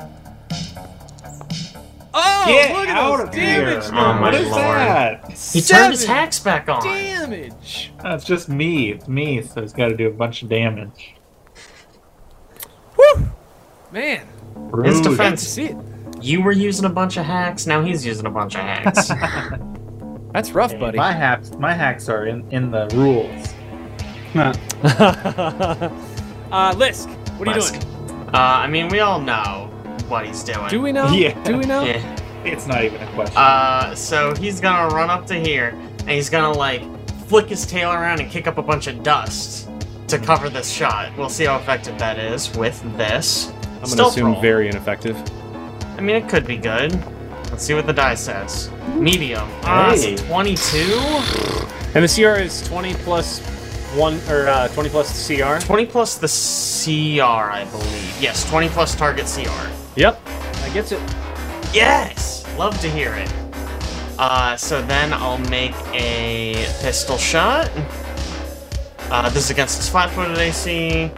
A: Oh,
D: Get
A: look at
D: out
A: those
D: of here!
A: damage
C: Oh my
D: what is
C: lord.
D: that?
C: He turned his
A: Seven.
C: hacks back on.
A: damage.
D: That's just me. It's me, so it's got to do a bunch of damage.
A: Woo! Man,
C: His
D: Rude.
C: defense.
A: see it.
C: You were using a bunch of hacks. Now he's using a bunch of hacks. Uh,
H: That's rough, buddy.
D: My hacks, my hacks are in, in the rules.
G: Nah.
A: uh, Lisk, what are you doing?
C: Uh, I mean, we all know what he's doing.
H: Do we know?
D: Yeah.
H: Do we know?
C: Yeah.
D: It's not even a question.
C: Uh, so he's gonna run up to here, and he's gonna like flick his tail around and kick up a bunch of dust to cover this shot. We'll see how effective that is with this.
H: I'm gonna
C: Stealth
H: assume
C: roll.
H: very ineffective.
C: I mean, it could be good. Let's see what the die says. Medium. Ah, it's a
D: Hey.
C: 22.
H: And the CR is 20 plus one or uh, 20 plus CR.
C: 20 plus the CR, I believe. Yes, 20 plus target CR.
H: Yep, that gets it.
C: Yes! Love to hear it. Uh, so then I'll make a pistol shot. Uh, this is against his flat footed AC.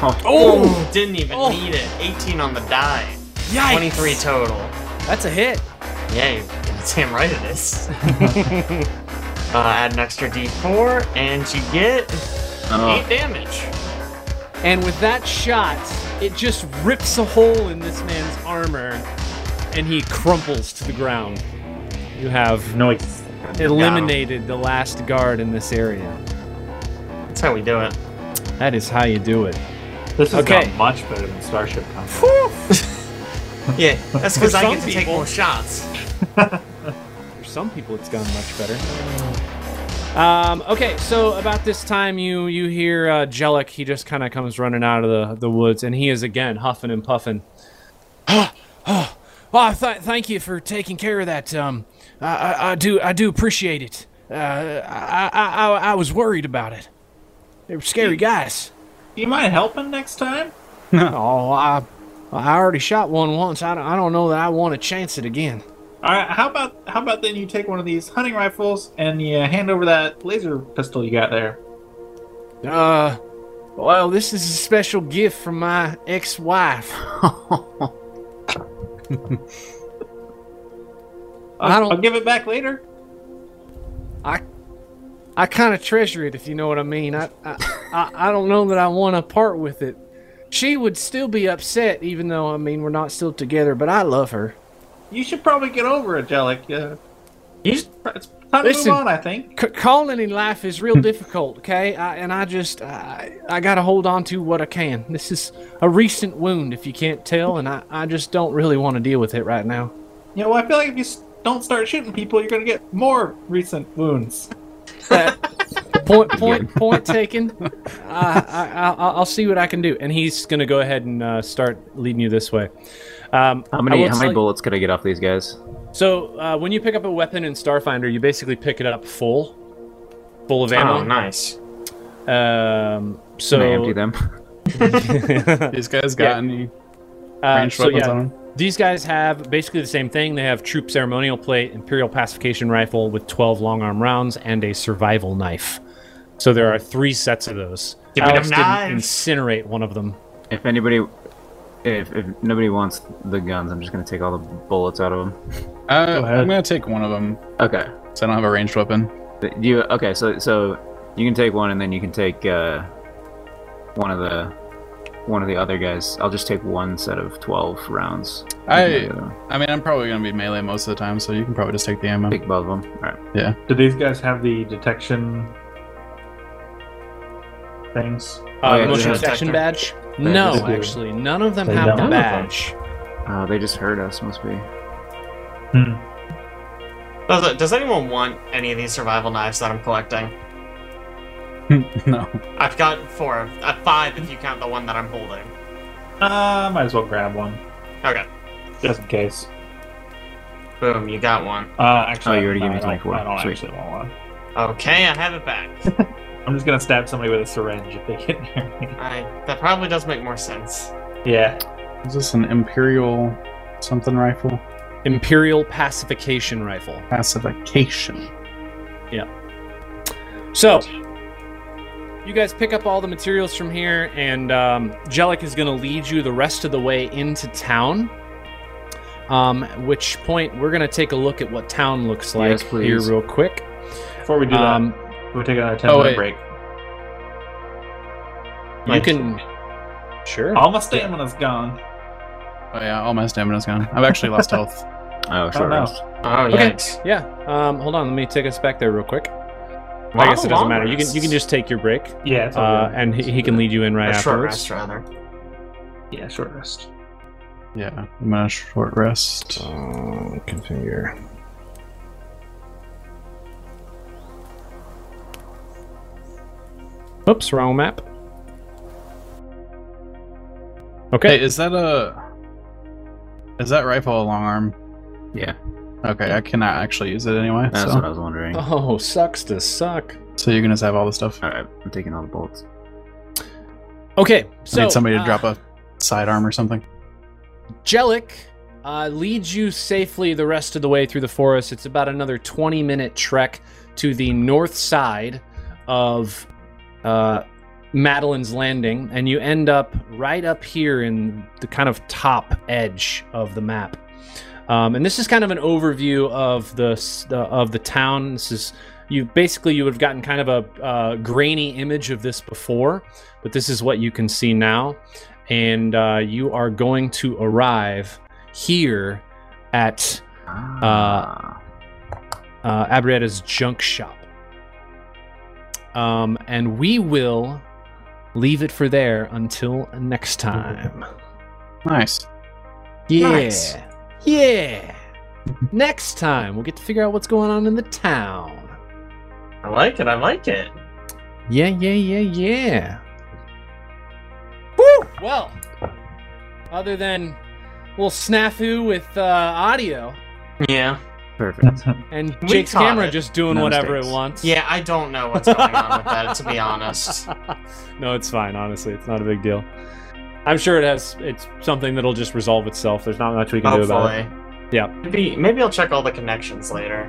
B: Oh,
C: Oh! Didn't even
A: Oh.
C: need it. 18 on the die.
A: Yikes.
C: 23 total.
A: That's a hit.
C: Yeah, you damn right it is. uh, add an extra d4, and you get
A: Uh-huh.
B: oh.
C: 8 damage.
A: And with that shot, it just rips a hole in this man's armor, and he crumples to the ground. You have
D: Noise.
A: eliminated the last guard in this area.
C: That's how we do it.
A: That is how you do it.
D: This is
A: Okay.
D: not much better than Starship Combat.
C: Yeah, that's because
A: For
C: I
A: some
C: get to take
A: people.
C: more shots.
A: For some people, it's gone much better. Um, okay, so about this time, you you hear uh, Jellic. He just kind of comes running out of the, the woods, and he is again huffing and puffing.
J: Well, th- thank you for taking care of that. Um, I, I, I do, I do appreciate it. Uh, I, I, I, I was worried about it. They were scary guys.
D: You mind helping next time?
J: Oh, I, I already shot one once. I don't, I don't know that I want to chance it again.
D: All right. How about how about then you take one of these hunting rifles and you hand over that laser pistol you got there.
J: Uh, well, this is a special gift from my ex-wife.
D: I'll,
J: I don't-
D: I'll give it back later.
J: I kind of treasure it, if you know what I mean. I, I, I, I don't know that I want to part with it. She would still be upset, even though I mean we're not still together. But I love her.
D: You should probably get over it, Jellic. Uh,
C: You
D: it's time to
J: Listen.
D: move on. I think.
J: C- calling in life is real difficult, okay? I, and I just I, I gotta hold on to what I can. This is a recent wound, if you can't tell, and I, I just don't really want to deal with it right now.
D: You know, I feel like if you s- don't start shooting people, you're gonna get more recent wounds.
J: Point point
H: Point
J: point taken.
H: I, I, I, I'll see what I can do. And he's going to go ahead and uh, start leading you this way. Um,
B: How
H: I
B: many
H: will
B: how many
H: tell-
B: bullets could I get off these guys?
H: So uh, when you pick up a weapon in Starfinder, you basically pick it up full, full of
C: Oh,
H: ammo.
C: nice.
H: Um,
B: Can I
H: so,
B: empty them?
G: These guys got
H: Yeah.
G: any
H: uh,
G: ranged
H: so
G: weapons
H: yeah,
G: on them?
H: These guys have basically the same thing. They have troop ceremonial plate, imperial pacification rifle with 12 long arm rounds, and a survival knife. So there are three sets of those.
C: Give me them
H: Alex didn't
C: knives.
H: incinerate one of them.
B: If anybody, if, if nobody wants the guns, I'm just gonna take all the bullets out of them.
G: Uh,
D: ahead.
G: I'm gonna take one of them.
B: Okay.
G: So I don't have a ranged weapon.
B: Th- You okay? So so you can take one, and then you can take uh, one of the one of the other guys. I'll just take one set of twelve rounds.
G: I,
B: the other one.
G: I mean, I'm probably gonna be melee most of the time, so you can probably just take the ammo.
B: take both of them. All right.
G: Yeah.
D: Do these guys have the detection things?
H: Uh,
B: yeah,
H: motion
B: they have-
H: detection badge?
B: They
H: No,
D: do.
H: actually, none of them
D: They
H: have
D: don't.
H: the
D: None of them.
H: badge.
B: Oh, Uh, they just heard us. Must be.
D: Hmm.
C: Does, does anyone want any of these survival knives that I'm collecting?
G: no.
C: I've got four, uh, five if you count the one that I'm holding.
D: Uh, might as well grab one
C: Okay,
D: just in case.
C: boom, you got one.
D: Uh, actually,
B: Oh, you already
D: no,
B: gave me
D: I don't-
B: twenty-four.
D: I don't
B: Sweet.
D: actually want one.
C: Okay, I have it back.
D: I'm just gonna stab somebody with a syringe if they get near me.
C: I, that probably does make more sense.
D: Yeah.
G: Is this an Imperial something rifle?
A: Imperial pacification rifle.
G: Pacification.
A: So, you guys pick up all the materials from here, and um, Jellic is going to lead you the rest of the way into town. Um, at which point we're going to take a look at what town looks like
B: Yes, please.
A: here, real quick.
D: Before we do
A: Um,
D: that, we'll take another 10
A: oh,
D: minute
A: wait.
D: break.
A: you can, Oh, sure.
D: All my stamina's gone.
G: Oh yeah, all my stamina's gone. I've actually lost health.
B: Oh,
D: I don't
B: short
D: know.
B: rest.
C: Oh,
A: Okay.
C: yikes.
A: Yeah. Um, hold on. Let me take us back there real quick.
C: Well,
A: I guess it doesn't
C: long
A: matter. You can you can
C: rests.
A: just take your break,
D: Yeah, it's all
A: uh,
D: good.
A: and he, he can lead you in right
C: A short
A: afterwards.
C: rest, rather.
D: yeah, short rest.
G: yeah, I'm gonna short rest.
A: Um, configure. Oops, wrong map. Okay.
G: Hey, is that a is that rifle a long arm?
B: Yeah,
G: Okay, I cannot actually use it anyway.
B: that's what I
G: So,
B: was wondering. All
A: Oh, sucks to suck.
G: so you're gonna just have all the stuff.
B: right, I'm taking all the bolts.
A: Okay, so
G: I need somebody to
A: uh,
G: drop a sidearm or something.
A: Jellic uh, leads you safely the rest of the way through the forest. It's about another 20 minute trek to the north side of uh, Madeline's Landing, and you end up right up here in the kind of top edge of the map. Um, and this is kind of an overview of the s- the- of the town. This is you basically you would have gotten kind of a uh, grainy image of this before, but this is what you can see now and uh, you are going to arrive here at
B: Ah.
A: uh, Abrietta's junk shop. Um, and we will leave it for there until next time.
G: Nice.
A: Yeah.
C: Nice.
A: Yeah. next time, we'll get to figure out what's going on in the town.
C: I like it, I like it.
A: Yeah, yeah, yeah, yeah. Woo! Well, other than a little snafu with uh, audio,
C: Yeah.
B: perfect.
A: And
C: We
A: Jake's
C: caught
A: camera
C: it.
A: just doing
B: No
A: whatever
B: mistakes.
A: it wants.
C: Yeah, I don't know what's going on with that, to be honest.
A: no, it's fine. Honestly, it's not a big deal. I'm sure it has. It's something that'll just resolve itself. There's not much we can do about it.
C: Hopefully.
A: Yeah.
C: Maybe maybe I'll check all the connections later.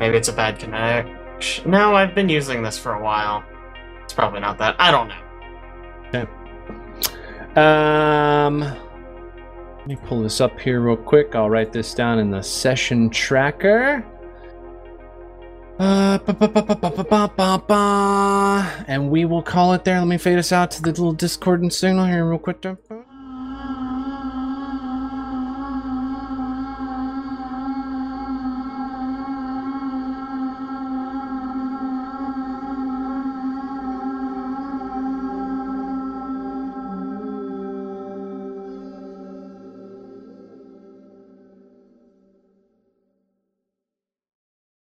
C: Maybe it's a bad connection. No, I've been using this for a while. It's probably not that. I don't know.
A: Um, let me pull this up here real quick. I'll write this down in the session tracker. Uh, ba- ba- ba- ba- ba- ba- ba- ba- ba. and we will call it there. Let me fade us out to the little discordant signal here real quick.